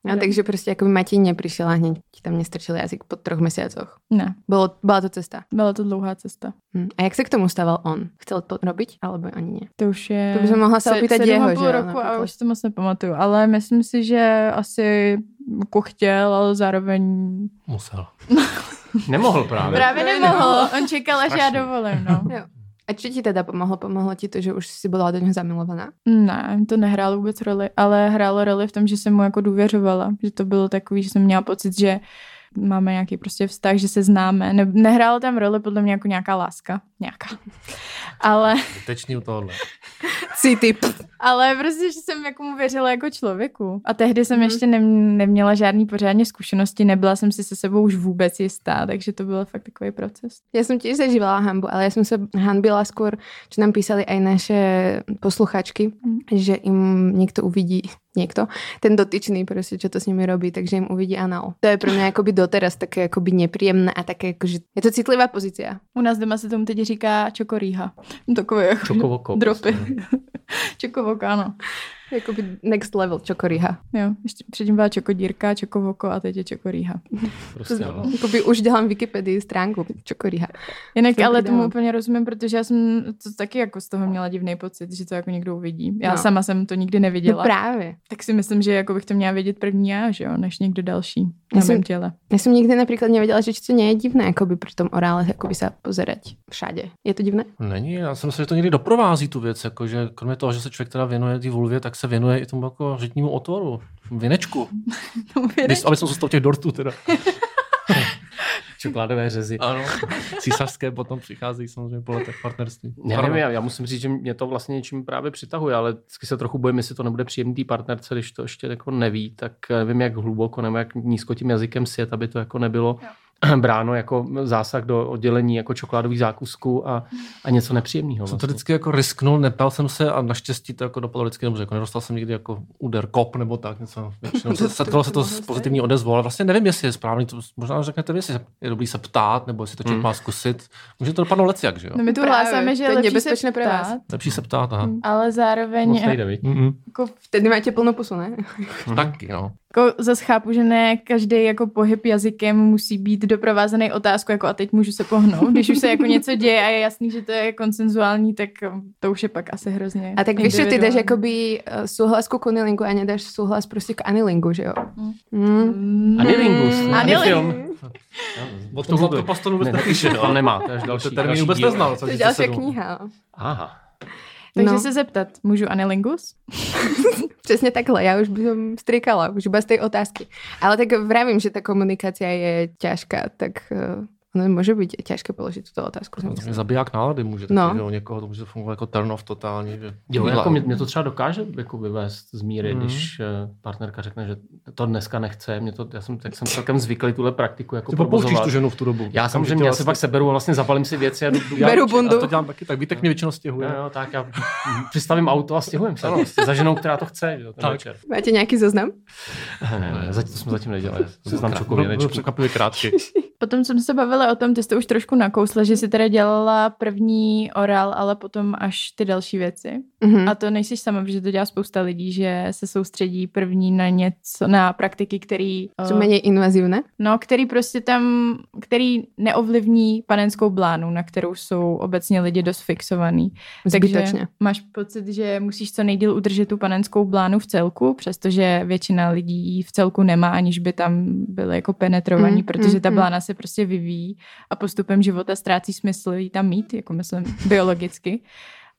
Speaker 1: No, takže prostě jako by Matěj neprišel a hned ti tam nestrčil jazyk po troch měsících.
Speaker 2: Ne,
Speaker 1: Bylo, byla to cesta.
Speaker 2: byla to dlouhá cesta.
Speaker 1: Hm. A jak se k tomu stával on? Chcel to robiť? Alebo ani ne?
Speaker 2: To už je...
Speaker 1: To bychom mohla se
Speaker 2: se-
Speaker 1: opýtat
Speaker 2: sedm a
Speaker 1: jeho, že
Speaker 2: půl
Speaker 1: jo,
Speaker 2: roku a
Speaker 1: například.
Speaker 2: už to moc nepamatuju, ale myslím si, že asi jako chtěl, ale zároveň...
Speaker 4: Musel.
Speaker 3: Nemohl právě.
Speaker 2: Právě nemohl, no, on čekal, až já
Speaker 3: Strašný.
Speaker 2: dovolím, no.
Speaker 1: A čo ti teda pomohlo? Pomohlo ti to, že už si byla do něho zamilovaná?
Speaker 2: Ne, to nehrálo vůbec roli, ale hrálo roli v tom, že jsem mu jako důvěřovala, že to bylo takový, že jsem měla pocit, že máme nějaký prostě vztah, že se známe. Ne, nehrálo tam roli podle mě jako nějaká láska, nějaká. Ale,
Speaker 4: Vytečný u tohohle.
Speaker 1: City. pff.
Speaker 2: ale prostě, že jsem jako mu věřila jako člověku. A tehdy jsem ještě nem, neměla žádný pořádně zkušenosti, nebyla jsem si se sebou už vůbec jistá, takže to byl fakt takový proces.
Speaker 1: Já jsem tiež zažívala hanbu, ale já jsem se hanbila skôr, čo nám písali aj naše posluchačky,
Speaker 2: Mm.
Speaker 1: že im někdo uvidí, někdo, ten dotyčný prostě, čo to s nimi robí, takže jim uvidí anal. To je pro mě jakoby doteraz také jakoby nepříjemné a také jakože, je to citlivá pozícia.
Speaker 2: U nás doma se tomu teď říká čokoríha. Takové jako
Speaker 3: Čokovoko.
Speaker 2: dropy. Čokovoka, ano.
Speaker 1: Jakoby next level čokoryha.
Speaker 2: Jo, ještě předtím byla čokodírka, čokovoko a teď je čokoríha.
Speaker 3: Prostě, no.
Speaker 1: Jakoby už dělám Wikipedii stránku čokoryha.
Speaker 2: Jinak
Speaker 1: Jsem
Speaker 2: ale
Speaker 1: prdel.
Speaker 2: tomu úplně rozumím, protože já jsem to taky jako z toho měla divný pocit, že to jako někdo uvidí. Já
Speaker 1: No.
Speaker 2: no. sama jsem to nikdy
Speaker 1: No
Speaker 2: neviděla. No
Speaker 1: právě.
Speaker 2: tak si myslím, že jako bych to měla vědět první já, že jo, než někdo další
Speaker 1: Já
Speaker 2: na
Speaker 1: jsem-
Speaker 2: mém těle.
Speaker 1: Já jsem nikdy například nevěděla, že to nie je divné, jakoby při tom orále jakoby se pozerať všade. Je to divné?
Speaker 4: Není, já si myslím, že to někdy doprovází tu věc, jako, že kromě toho, že se člověk teda věnuje té vulvě, tak se věnuje i tomu jako řitnímu otvoru, vinečku.
Speaker 2: Tomu vědeš?
Speaker 4: Když, aby jsme zůstali u těch dortů teda.
Speaker 6: čokoládové řezy.
Speaker 4: Ano. Císařské potom přicházejí samozřejmě po letech partnerství.
Speaker 6: Já nevím, já, já musím říct, že mě to vlastně něčím právě přitahuje, ale vždycky se trochu bojím, jestli to nebude příjemný té partnerce, když to ještě jako neví, tak nevím, jak hluboko nebo jak nízko tím jazykem sjet, aby to jako nebylo bráno jako zásah do oddělení jako čokoládových zákusků a, a něco nepříjemného.
Speaker 4: Jsem to
Speaker 6: Vlastně.
Speaker 4: vždycky jako risknul, neptal jsem se a naštěstí to jako dopadlo vždycky dobře. Jako nedostal jsem nikdy jako úder kop nebo tak něco. Většinou se, setkalo se to s pozitivní odezvou, ale vlastně nevím, jestli je správný. To možná řeknete vy, jestli se- je dobrý se ptát, nebo jestli to
Speaker 6: Hmm.
Speaker 4: člověk má zkusit. Může to dopadnout leciak, že jo?
Speaker 2: No my tu
Speaker 1: Právě,
Speaker 2: hlásáme, že
Speaker 1: to je
Speaker 2: lepší
Speaker 1: nebezpečné
Speaker 2: se
Speaker 1: pro vás.
Speaker 2: ptát,
Speaker 4: Lepší se ptát, aha.
Speaker 6: Hmm.
Speaker 2: ale zároveň
Speaker 6: No. Moc nejde, viď?
Speaker 4: Mm-mm.
Speaker 2: jako
Speaker 1: Vtedy máte plnou pusu, ne?
Speaker 4: Taky, no.
Speaker 2: Jako zase chápu, že ne každý jako pohyb jazykem musí být doprovázený otázkou, jako a teď můžu se pohnout. Když už se jako něco děje a je jasný, že to je konsenzuální, tak um, to už je pak asi hrozně
Speaker 1: A tak víš, že ty dáš
Speaker 2: individuální.
Speaker 1: jakoby eh, souhlas ku kunilingu a nedáš souhlas prostě k anilingu, že jo?
Speaker 2: Mm.
Speaker 1: Mm.
Speaker 6: Anilingus.
Speaker 2: Mm, Anilingus.
Speaker 6: O
Speaker 4: To bylo to pasto vůbec
Speaker 6: ne,
Speaker 4: nepíše,
Speaker 6: to
Speaker 4: no.
Speaker 6: nemá, to je až další.
Speaker 4: To termín
Speaker 6: další
Speaker 4: vůbec
Speaker 6: díl.
Speaker 4: neznal. co
Speaker 1: To je
Speaker 4: 47.
Speaker 1: další kniha.
Speaker 6: Aha.
Speaker 2: Takže
Speaker 1: No.
Speaker 2: se zeptat, můžu anilingus?
Speaker 1: Přesně takhle, já už som strikala, už bez tej otázky. Ale tak vravím, že ta komunikácia je ťažká, tak eh, ono může být ťažké položit tuto otázku.
Speaker 4: No, to je zabiják nálady může.
Speaker 1: No.
Speaker 4: No. Že u někoho to může fungovat jako turn off totální. Že
Speaker 6: Jo,
Speaker 4: Hele,
Speaker 6: jako mě, mě to třeba dokáže jako vyvést z míry,
Speaker 4: Mhm.
Speaker 6: mm. když eh, partnerka řekne, že to dneska nechce. Mě to, já jsem, tak jsem celkem zvyklý tuhle praktiku jako
Speaker 4: Ty popouštíš
Speaker 6: provozovat.
Speaker 4: tu ženu v tu dobu. Jako
Speaker 6: Já samozřejmě, já se pak seberu a vlastně zabalím si věci a jdu, jdu
Speaker 1: Beru
Speaker 6: dělat-
Speaker 1: bundu.
Speaker 4: To dělám taky, tak Vítek mě většinou stěhuje.
Speaker 6: Jo, jo, tak já přistavím auto a stěhujem se prostě za ženou, která to chce. že Jo, ten
Speaker 4: Tak.
Speaker 6: večer.
Speaker 1: Máte nějaký zoznam?
Speaker 6: Ne, ne, ne, zatím, to jsme zatím nedělali. Seznam
Speaker 4: No, Byl
Speaker 6: čokověnečku.
Speaker 4: překvapivě krátký.
Speaker 2: Potom jsem se bavila o tom, ty jste už trošku nakousla, že jsi teda dělala první orál, ale potom až ty další věci.
Speaker 1: Mhm.
Speaker 2: A to nejsi sama, protože to dělá spousta lidí, že se soustředí první na něco, na praktiky, který...
Speaker 1: Jsou
Speaker 2: eh,
Speaker 1: méně invazivné?
Speaker 2: No, který prostě tam, který neovlivní panenskou blánu, na kterou jsou obecně lidi dost fixovaný.
Speaker 1: Zbytočně.
Speaker 2: Takže máš pocit, že musíš co nejdíl udržet tu panenskou blánu v celku, přestože většina lidí ji v celku nemá, aniž by tam byly jako penetrovaní,
Speaker 1: Mm,
Speaker 2: mm, protože ta
Speaker 1: mm,
Speaker 2: blána se prostě vyvíjí a postupem života ztrácí smysl ji tam mít, jako myslím biologicky.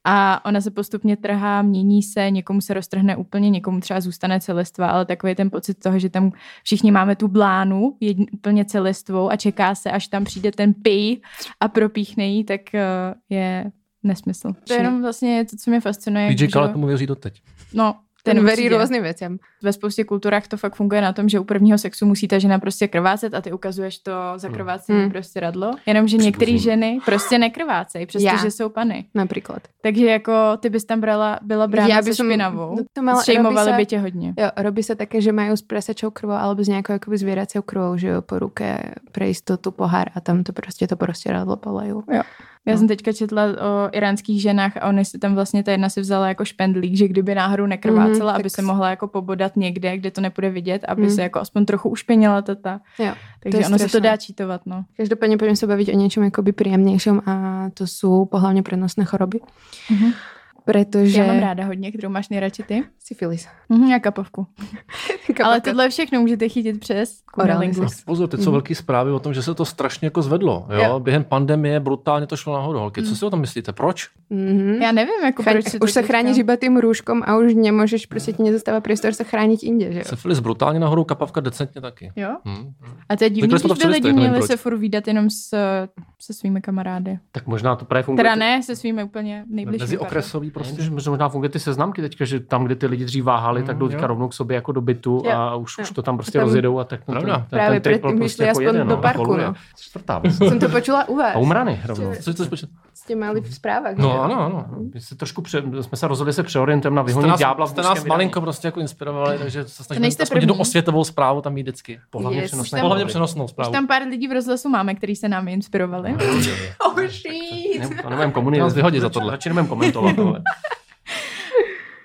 Speaker 2: A ona se postupně trhá, mění se, někomu se roztrhne úplně, někomu třeba zůstane celistva, ale takový ten pocit toho, že tam všichni máme tu blánu jedn, úplně celistvou a čeká se, až tam přijde ten pij a propíchne ji, tak eh, je nesmysl. To je jenom vlastně to, co mě fascinuje.
Speaker 4: DJ
Speaker 2: že-
Speaker 4: Khaled tomu věří doteď.
Speaker 2: No,
Speaker 1: Ten
Speaker 2: ten
Speaker 1: verí
Speaker 2: určitě.
Speaker 1: různým věcem.
Speaker 2: Ve spoustě kulturách to fakt funguje na tom, že u prvního sexu musí ta žena prostě krvácet a ty ukazuješ to zakrvácení
Speaker 1: Hmm.
Speaker 2: hmm. prostě radlo. Jenomže některé ženy prostě nekrvácejí,
Speaker 1: Já.
Speaker 2: přestože jsou pany.
Speaker 1: Například.
Speaker 2: Takže jako ty bys tam brala, byla brána
Speaker 1: Já
Speaker 2: Já
Speaker 1: by
Speaker 2: se
Speaker 1: som-
Speaker 2: špinavou.
Speaker 1: no
Speaker 2: No
Speaker 1: to mala-
Speaker 2: Šejmovali
Speaker 1: robí se-
Speaker 2: by tě hodně.
Speaker 1: Jo, robí se také, že mají s prasačou krvou alebo s nějakou jakoby zvěracou krvou, že jo, po ruke pre jistotu pohár a tam to prostě to prostě radlo polejou.
Speaker 2: Já
Speaker 1: No.
Speaker 2: jsem teďka četla o iránských ženách a oni si tam vlastně, ta jedna si vzala jako špendlík, že kdyby náhodou nekrvácela,
Speaker 1: Mhm,
Speaker 2: aby
Speaker 1: tak
Speaker 2: se
Speaker 1: s-
Speaker 2: mohla jako pobodat někde, kde to nepůjde vidět, aby
Speaker 1: Mhm.
Speaker 2: se jako aspoň trochu ušpinila tata.
Speaker 1: Jo,
Speaker 2: Takže ono se to
Speaker 1: strašné.
Speaker 2: dá čítovat, no.
Speaker 1: Každopádně pojďme se bavit o něčem jakoby příjemnějším a to jsou pohlavně přenosné choroby,
Speaker 2: Mhm.
Speaker 1: protože...
Speaker 2: Já mám ráda hodně, kterou máš nejradši ty.
Speaker 1: Syfilis.
Speaker 2: Mhm, já kapavku. Ale
Speaker 1: Kapalka.
Speaker 2: tohle všechno můžete chytit přes
Speaker 1: Orální
Speaker 2: Kunilingus.
Speaker 1: sex.
Speaker 4: Pozor, teď jsou
Speaker 1: Mhm.
Speaker 4: velké zprávy o tom, že se to strašně jako zvedlo. Jo?
Speaker 1: Jo.
Speaker 4: Během pandemie brutálně to šlo nahoru. Holky, co si o tom myslíte? Proč?
Speaker 1: Mhm.
Speaker 2: Já nevím, jako
Speaker 1: Chraň,
Speaker 2: proč si to
Speaker 1: už se
Speaker 2: teďka-
Speaker 1: chráníš iba tým růžkom a už nemůžeš, prostě ti nezostává prostor se chránit jinde, že jo?
Speaker 4: Syfilis brutálně nahoru, kapavka decentně taky.
Speaker 2: Jo?
Speaker 4: Hm.
Speaker 2: A to je divný,
Speaker 4: Takhle jsme to
Speaker 2: když by
Speaker 4: přelistli,
Speaker 2: lidi
Speaker 4: nevím
Speaker 2: měli
Speaker 4: proč.
Speaker 2: se furt výdat jenom s, se svými kamarády.
Speaker 6: Tak možná to právě funguje.
Speaker 2: Teda ne, se svými úplně nejbližšími.
Speaker 4: Mezi okresový
Speaker 6: Prostě,
Speaker 4: prostě.
Speaker 6: že možná funguje ty seznamky teďka, že tam, kde ty lidi dřív váhali, tak
Speaker 4: Mm,
Speaker 6: jdou teďka
Speaker 4: jo.
Speaker 6: rovnou k sobě jako do bytu
Speaker 1: Jo,
Speaker 6: a už, už to tam prostě
Speaker 1: Tam-
Speaker 6: rozjedou a tak ten, prostě
Speaker 4: Pravda.
Speaker 1: Právě
Speaker 6: trip
Speaker 1: předtím šli aspoň do
Speaker 6: a
Speaker 1: parku,
Speaker 6: koluje.
Speaker 1: no.
Speaker 6: Čtvrtá věc.
Speaker 1: Jsem to počula u vás.
Speaker 6: A umrany rovnou.
Speaker 4: Co chceš počít?
Speaker 1: Jste mali v zprávách. že
Speaker 4: No
Speaker 1: jo?
Speaker 4: ano, ano.
Speaker 6: My se trošku pře, jsme se rozhodli, že se přeorientujeme na
Speaker 4: Jste
Speaker 6: vyhonit
Speaker 4: nás,
Speaker 6: ďábla v
Speaker 4: jste
Speaker 6: mužském
Speaker 4: nás
Speaker 6: vydání.
Speaker 4: malinko prostě jako inspirovali, takže se snažíme
Speaker 2: nejste
Speaker 4: aspoň jednu
Speaker 2: první.
Speaker 4: osvětovou zprávu tam mít vždycky.
Speaker 6: Pohlavně
Speaker 1: Yes,
Speaker 6: přenosné.
Speaker 2: Tam-
Speaker 4: Pohlavně přenosnou
Speaker 2: Už
Speaker 4: zprávu.
Speaker 2: tam pár lidí v rozhlasu máme, který se námi inspirovali.
Speaker 1: Oh, shit.
Speaker 6: Ne, to nebudem komunikovat.
Speaker 4: Nás vyhodí za tohle.
Speaker 6: Radši nebudem komentovat, ale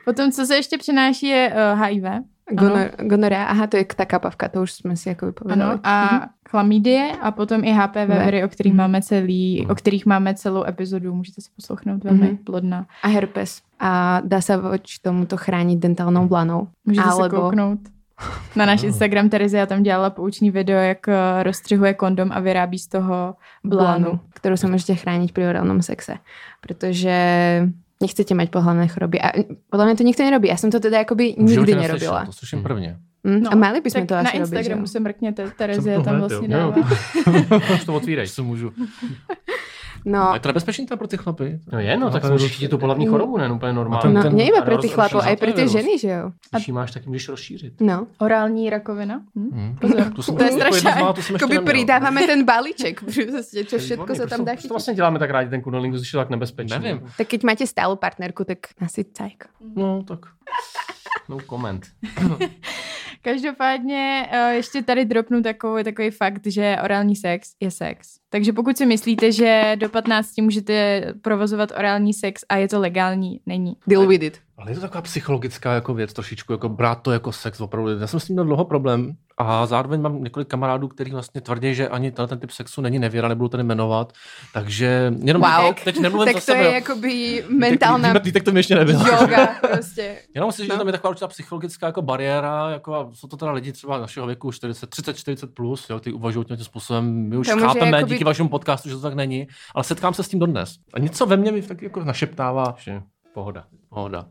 Speaker 2: Potom, co se ještě přenáší, je eh, HIV.
Speaker 1: Gonor, gonorea, aha, to je ta kapavka, to už jsme si jako vypovědali.
Speaker 2: Ano. A chlamidie a potom i HPV
Speaker 1: Ne.
Speaker 2: viry, o kterých máme celý, o kterých máme celou epizodu. Můžete si poslouchnout, velmi
Speaker 1: Mhm.
Speaker 2: plodná.
Speaker 1: A herpes. A dá se voči tomuto chránit dentálnou blanou.
Speaker 2: Můžete se
Speaker 1: Alebo-
Speaker 2: kouknout na náš Instagram Tereze, já tam dělala pouční video, jak eh, rozstřihuje kondom a vyrábí z toho blánu.
Speaker 1: Blánu, kterou se můžete chránit při orálnom sexe. Protože nechcete mať pohlavné choroby. A podľa mňa to nikto nerobí. Ja som to teda akoby
Speaker 4: V životě
Speaker 1: nikdy
Speaker 4: neslyšel,
Speaker 1: nerobila.
Speaker 4: To slyším prvně.
Speaker 1: Mm, no,
Speaker 2: No,
Speaker 1: a mali by sme
Speaker 2: Tak
Speaker 1: to
Speaker 2: na
Speaker 1: asi robiť.
Speaker 2: Instagramu
Speaker 1: že?
Speaker 2: se mrkněte,
Speaker 4: Jsem
Speaker 2: Terezie
Speaker 4: to
Speaker 2: tam
Speaker 4: hleděl.
Speaker 2: vlastně
Speaker 4: Jo,
Speaker 2: dává.
Speaker 4: jo. Už to otvírej, co můžu. A
Speaker 1: No,
Speaker 4: je to nebezpečný teda pro ty chlapy?
Speaker 6: No je, no, tak
Speaker 4: to
Speaker 6: můžeš chytit tu polavní chorobu, ne úplně normálně.
Speaker 1: no
Speaker 4: ten-
Speaker 1: nie iba
Speaker 6: a
Speaker 1: pre tých
Speaker 6: rozrušíš
Speaker 1: chlapov,
Speaker 6: se,
Speaker 1: aj
Speaker 6: to
Speaker 1: pre
Speaker 6: je
Speaker 1: tie
Speaker 6: virus.
Speaker 1: ženy, že jo?
Speaker 6: Když ji máš, tak ji můžeš rozšířit.
Speaker 1: No.
Speaker 2: Orální rakovina. Hm?
Speaker 4: Hm.
Speaker 2: Pozor.
Speaker 4: To, jsem
Speaker 1: To je
Speaker 4: jako jednu
Speaker 1: strašné.
Speaker 4: zmá, to jsem ještě
Speaker 1: Akoby
Speaker 4: neměl.
Speaker 1: pridávame ten balíček, proste, čo
Speaker 6: To je
Speaker 1: všetko
Speaker 6: výborný,
Speaker 1: sa tam
Speaker 6: proč
Speaker 1: dá
Speaker 6: to- proč to
Speaker 1: chytiť.
Speaker 6: vlastně děláme tak rádi ten kunolingus, když je tak nebezpečný.
Speaker 4: Nevím.
Speaker 1: Tak keď máte stálu partnerku, tak asi cajk.
Speaker 4: No, tak.
Speaker 6: No comment.
Speaker 2: Každopádně eh, ještě tady dropnu takový, takový fakt, že orální sex je sex. Takže pokud si myslíte, že do 15 můžete provozovat orální sex a je to legální, není.
Speaker 1: Deal with it.
Speaker 4: Ale je to taková psychologická jako věc trošičku, jako brát to jako sex opravdu. Já jsem s tím měl dlouho problém a zároveň mám několik kamarádů, kteří vlastně tvrdí, že ani tenhle ten typ sexu není nevěra, nebudu tady jmenovat. Takže jenom
Speaker 1: Wow.
Speaker 4: teď nemluvím
Speaker 1: tak
Speaker 4: za
Speaker 1: to
Speaker 4: sebe.
Speaker 1: je jakoby mentálna
Speaker 4: Tak, tak to mi ještě nebylo.
Speaker 1: yoga prostě.
Speaker 4: Jenom si, že tam je taková určitá psychologická jako bariéra, jako a jsou to teda lidi třeba našeho věku 40, 30, 40 plus, jo, ty uvažují tím způsobem, my už
Speaker 1: To může
Speaker 4: chápeme
Speaker 1: jakoby-
Speaker 4: díky vašemu podcastu, že to tak není, ale setkám se s tím dodnes. A něco ve mně mi tak jako našeptává, že
Speaker 6: Pohoda.
Speaker 4: pohoda.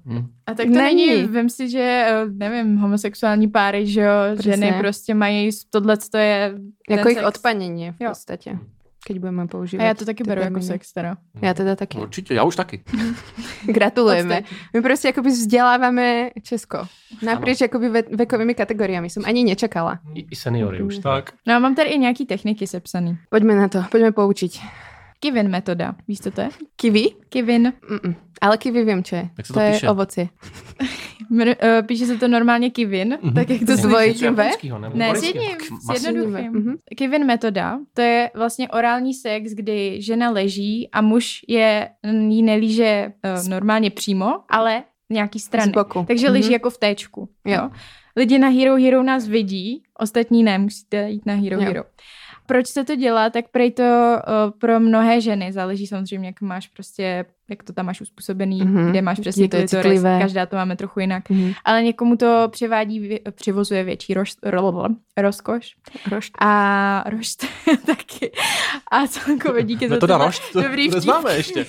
Speaker 2: A tak to není.
Speaker 1: Není.
Speaker 2: není. Vem si, že, eh, nevím, homosexuální páry, že jo,
Speaker 1: Přesně.
Speaker 2: ženy prostě mají, tohle to je... ten
Speaker 1: Jako ich
Speaker 2: sex.
Speaker 1: odpanenie v
Speaker 2: Jo.
Speaker 1: podstatě. Keď budeme používat.
Speaker 2: A já to taky
Speaker 1: ty
Speaker 2: beru jako
Speaker 1: termíny.
Speaker 2: sex, teda.
Speaker 1: Já teda taky.
Speaker 4: No, Určitě, já už taky.
Speaker 1: Gratulujeme. My prostě jakoby vzděláváme Česko. Napříč jakoby ve, vekovými kategoriami. Jsem ani nečekala.
Speaker 6: I, i seniory už.
Speaker 4: Tak.
Speaker 2: No a mám tady i nějaký techniky sepsaný.
Speaker 1: Pojďme na to, pojďme poučit.
Speaker 2: Kivin metoda, víš, co to je?
Speaker 1: Kiwi?
Speaker 2: Kivin.
Speaker 1: Mm-mm. Ale kiwi vím, čo je.
Speaker 4: Jak se
Speaker 1: to
Speaker 4: to
Speaker 1: je
Speaker 4: píše?
Speaker 1: ovoci.
Speaker 2: Mr, eh, píše se to normálně kivin, tak jak to
Speaker 1: S dvojitým V?
Speaker 2: Ne, s jedním, s jednoduchým.
Speaker 1: Mhm.
Speaker 2: Kivin metoda, to je vlastně orální sex, kdy žena leží a muž je, jí nelíže eh, normálně přímo, ale nějaký strany.
Speaker 1: Z boku.
Speaker 2: Takže
Speaker 1: Mhm.
Speaker 2: leží jako v téčku.
Speaker 1: Jo.
Speaker 2: Lidi na Hero Hero nás vidí, ostatní ne, musíte jít na Hero
Speaker 1: Jo.
Speaker 2: Hero. Proč se to dělá, tak prej to eh, pro mnohé ženy záleží samozřejmě, jak máš prostě, jak to tam máš uspůsobený,
Speaker 1: Mhm.
Speaker 2: kde máš přesně
Speaker 1: Je to
Speaker 2: klitoris,
Speaker 1: citlivé.
Speaker 2: každá to máme trochu jinak.
Speaker 1: Mhm.
Speaker 2: Ale někomu to přivádí, vě- přivozuje větší roš, ro, rozkoš
Speaker 1: Rošt.
Speaker 2: a rošt taky. A celkově díky za
Speaker 4: Metoda
Speaker 2: tenhle
Speaker 4: rošt, No to,
Speaker 2: dobrý
Speaker 4: to
Speaker 2: vtip.
Speaker 4: neznáme ještě.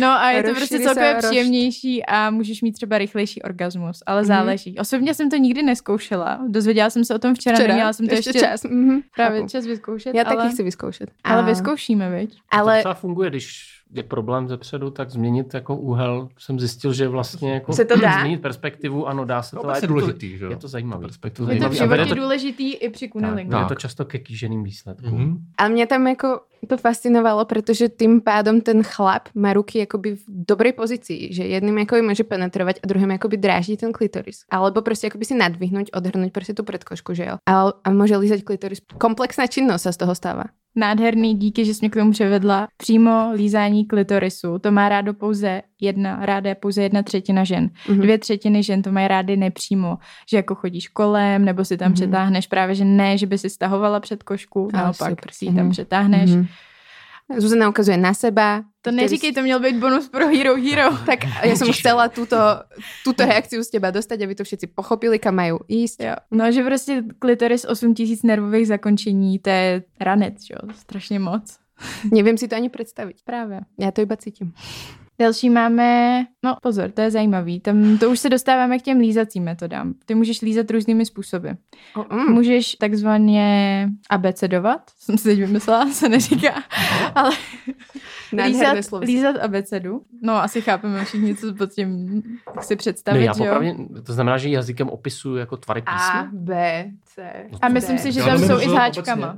Speaker 2: No a je to prostě
Speaker 1: Rozšíří
Speaker 2: celkově
Speaker 1: se rošt.
Speaker 2: příjemnější a můžeš mít třeba rychlejší orgasmus, ale
Speaker 1: Mhm.
Speaker 2: záleží. Osobně jsem to nikdy neskoušela. Dozvěděla jsem se o tom včera, včera? neměla jsem to ještě,
Speaker 1: čas. Mhm.
Speaker 2: právě
Speaker 1: Chápu.
Speaker 2: čas vyzkoušet.
Speaker 1: Já
Speaker 2: ale,
Speaker 1: taky chci vyzkoušet.
Speaker 2: Ale
Speaker 1: A-
Speaker 2: vyzkoušíme, viď?
Speaker 6: Ale...
Speaker 1: Ale
Speaker 6: To funguje, když je problém zepředu, tak změnit jako úhel. Jsem zjistil, že vlastně jako
Speaker 1: Se to dá?
Speaker 6: změnit perspektivu, ano, dá se
Speaker 4: To
Speaker 6: to.
Speaker 4: je
Speaker 6: ale
Speaker 4: vlastně důležitý, že
Speaker 6: To,
Speaker 4: jo?
Speaker 6: je to zajímavé.
Speaker 4: Perspektivu
Speaker 2: Je to
Speaker 4: zajímavý.
Speaker 2: v
Speaker 4: A vede
Speaker 2: životě
Speaker 4: to-
Speaker 2: důležitý i při
Speaker 6: Tak,
Speaker 2: kunilingu.
Speaker 6: tak.
Speaker 4: Tak.
Speaker 6: Je to často ke kýženým výsledkům.
Speaker 4: Mhm.
Speaker 1: A mě tam jako to fascinovalo, protože tím pádom ten chlap má ruky jakoby v dobrej pozici, že jedným jako ji může penetrovat a druhým jakoby dráždí ten klitoris. Alebo prostě jakoby si nadvihnout, odhrnout prostě tu predkošku, že jo. A, a může lízať klitoris. Komplexná činnost se z toho stává.
Speaker 2: Nádherný, díky, že jsi mě k tomu převedla. Přímo lízání klitorisu, to má rádo pouze jedna, ráda je pouze jedna třetina žen.
Speaker 1: Mhm.
Speaker 2: Dvě třetiny žen to mají rády nepřímo, že jako chodíš kolem, nebo si tam
Speaker 1: Mhm.
Speaker 2: přetáhneš právě, že ne, že by si stahovala před košku,
Speaker 1: Ale
Speaker 2: naopak
Speaker 1: super.
Speaker 2: si ji tam
Speaker 1: Mhm.
Speaker 2: přetáhneš.
Speaker 1: Mhm. Zuzana ukazuje na seba.
Speaker 2: To neříkej, to měl být bonus pro Hero Hero.
Speaker 1: Tak já jsem
Speaker 6: Vidíš.
Speaker 1: chcela tuto, tuto reakci z teba dostať, aby to všetci pochopili, kam mají ísť.
Speaker 2: Jo. No, že prostě klitoris 8000 nervových zakončení, to je ranec, že jo, strašně moc.
Speaker 1: Nevím si to ani představit.
Speaker 2: Právě.
Speaker 1: Já to iba cítím.
Speaker 2: Další máme, no pozor, to je zajímavý, tam to už se dostáváme k těm lízacím metodám. Ty můžeš lízat různými způsoby.
Speaker 1: Oh, mm.
Speaker 2: Můžeš takzvaně abecedovat, jsem si teď vymyslela, se neříká, ale lízat,
Speaker 1: Nádherné slovo.
Speaker 2: lízat abecedu. No asi chápeme všichni, co pod tím jak si
Speaker 6: No,
Speaker 2: představit,
Speaker 6: já
Speaker 2: že jo?
Speaker 6: popravdě, to znamená, že jazykem opisuju jako tvary
Speaker 1: A,
Speaker 6: písně.
Speaker 1: B, C.
Speaker 2: A myslím si, že tam
Speaker 4: nevím,
Speaker 2: jsou
Speaker 4: co
Speaker 2: i s
Speaker 4: obecně.
Speaker 2: háčkama.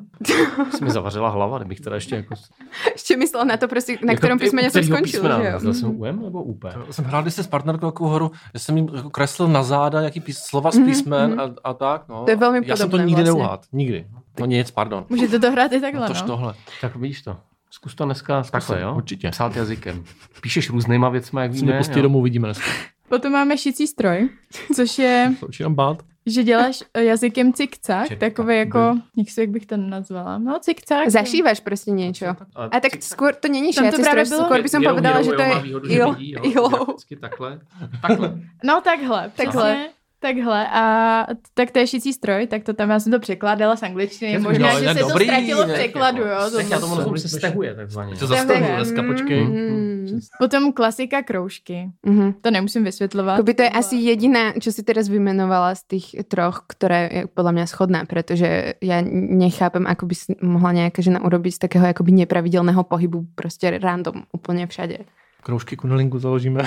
Speaker 6: Se mi zavařila hlava, kdybych teda ještě jako...
Speaker 1: Ještě myslel na to prostě, na
Speaker 6: jako
Speaker 1: kterém
Speaker 6: ty-
Speaker 1: písmeně jsem
Speaker 6: kterýho
Speaker 1: skončil,
Speaker 6: písmena?
Speaker 1: že jo?
Speaker 6: Zda jsem UM nebo UP?
Speaker 4: To Jsem hrál si s partnerkou jako horu, že jsem jim jako kreslil na záda nějaký pís, slova z písmen a, a tak. No.
Speaker 1: To je velmi
Speaker 4: Já jsem to
Speaker 1: podobné
Speaker 4: nikdy
Speaker 1: vlastně.
Speaker 4: neuhádl. Nikdy. No nic, pardon.
Speaker 2: Můžete to hrát i takhle,
Speaker 4: Tož
Speaker 2: no.
Speaker 4: tohle.
Speaker 6: Tak vidíš to. Zkus to dneska zkus
Speaker 4: Takhle,
Speaker 6: to, jo?
Speaker 4: určitě.
Speaker 6: Psát jazykem. Píšeš různýma věcma, jak
Speaker 4: Si mě
Speaker 6: víme.
Speaker 4: pustí
Speaker 6: jo.
Speaker 4: domů, vidíme dneska.
Speaker 2: Potom máme šicí stroj, což je,
Speaker 4: To Určitě jenom bát.
Speaker 2: že děláš eh, jazykem cik-cak,
Speaker 6: Čerpa-
Speaker 2: takové jako, jak se, jak bych to nazvala, no cik-cak.
Speaker 1: Zašívaš prostě něco.
Speaker 6: Ale
Speaker 1: A tak skôr to není
Speaker 2: Tam to
Speaker 1: šiaci
Speaker 2: právě
Speaker 1: stres,
Speaker 2: bylo.
Speaker 1: skôr by som
Speaker 6: Jenom
Speaker 1: povedala,
Speaker 6: Jirou
Speaker 1: že to
Speaker 6: Jirou
Speaker 1: je
Speaker 6: má výhodu, že
Speaker 1: il,
Speaker 6: vidí, jo,
Speaker 1: ilou.
Speaker 6: Vždycky takhle. Takhle.
Speaker 2: No takhle,
Speaker 1: Takhle.
Speaker 2: takhle. Takhle, a t- tak to je šicí stroj, tak to tam, já jsem to překládala z angličtiny,
Speaker 6: Já jsem
Speaker 2: možná,
Speaker 6: dělal,
Speaker 2: že
Speaker 6: ne,
Speaker 2: se to
Speaker 3: dobrý,
Speaker 2: ztratilo v
Speaker 3: ne,
Speaker 2: překladu,
Speaker 3: jako,
Speaker 2: jo. to
Speaker 6: Tak já tomu
Speaker 2: zase.
Speaker 6: rozumím, se stehuje takzvaně.
Speaker 3: To
Speaker 2: Tam
Speaker 3: zastavu
Speaker 2: je.
Speaker 3: dneska, počkej.
Speaker 1: Mm.
Speaker 2: Potom klasika kroužky,
Speaker 1: Mhm.
Speaker 2: to nemusím vysvětlovat.
Speaker 1: Akoby to je asi jediná, čo si teraz vymenovala z tých troch, ktorá je podľa mňa schodná, pretože ja nechápem, ako by si mohla nejaká žena urobiť z takého akoby nepravidelného pohybu prostě random úplně všade.
Speaker 4: Kroužky kunelingu založíme.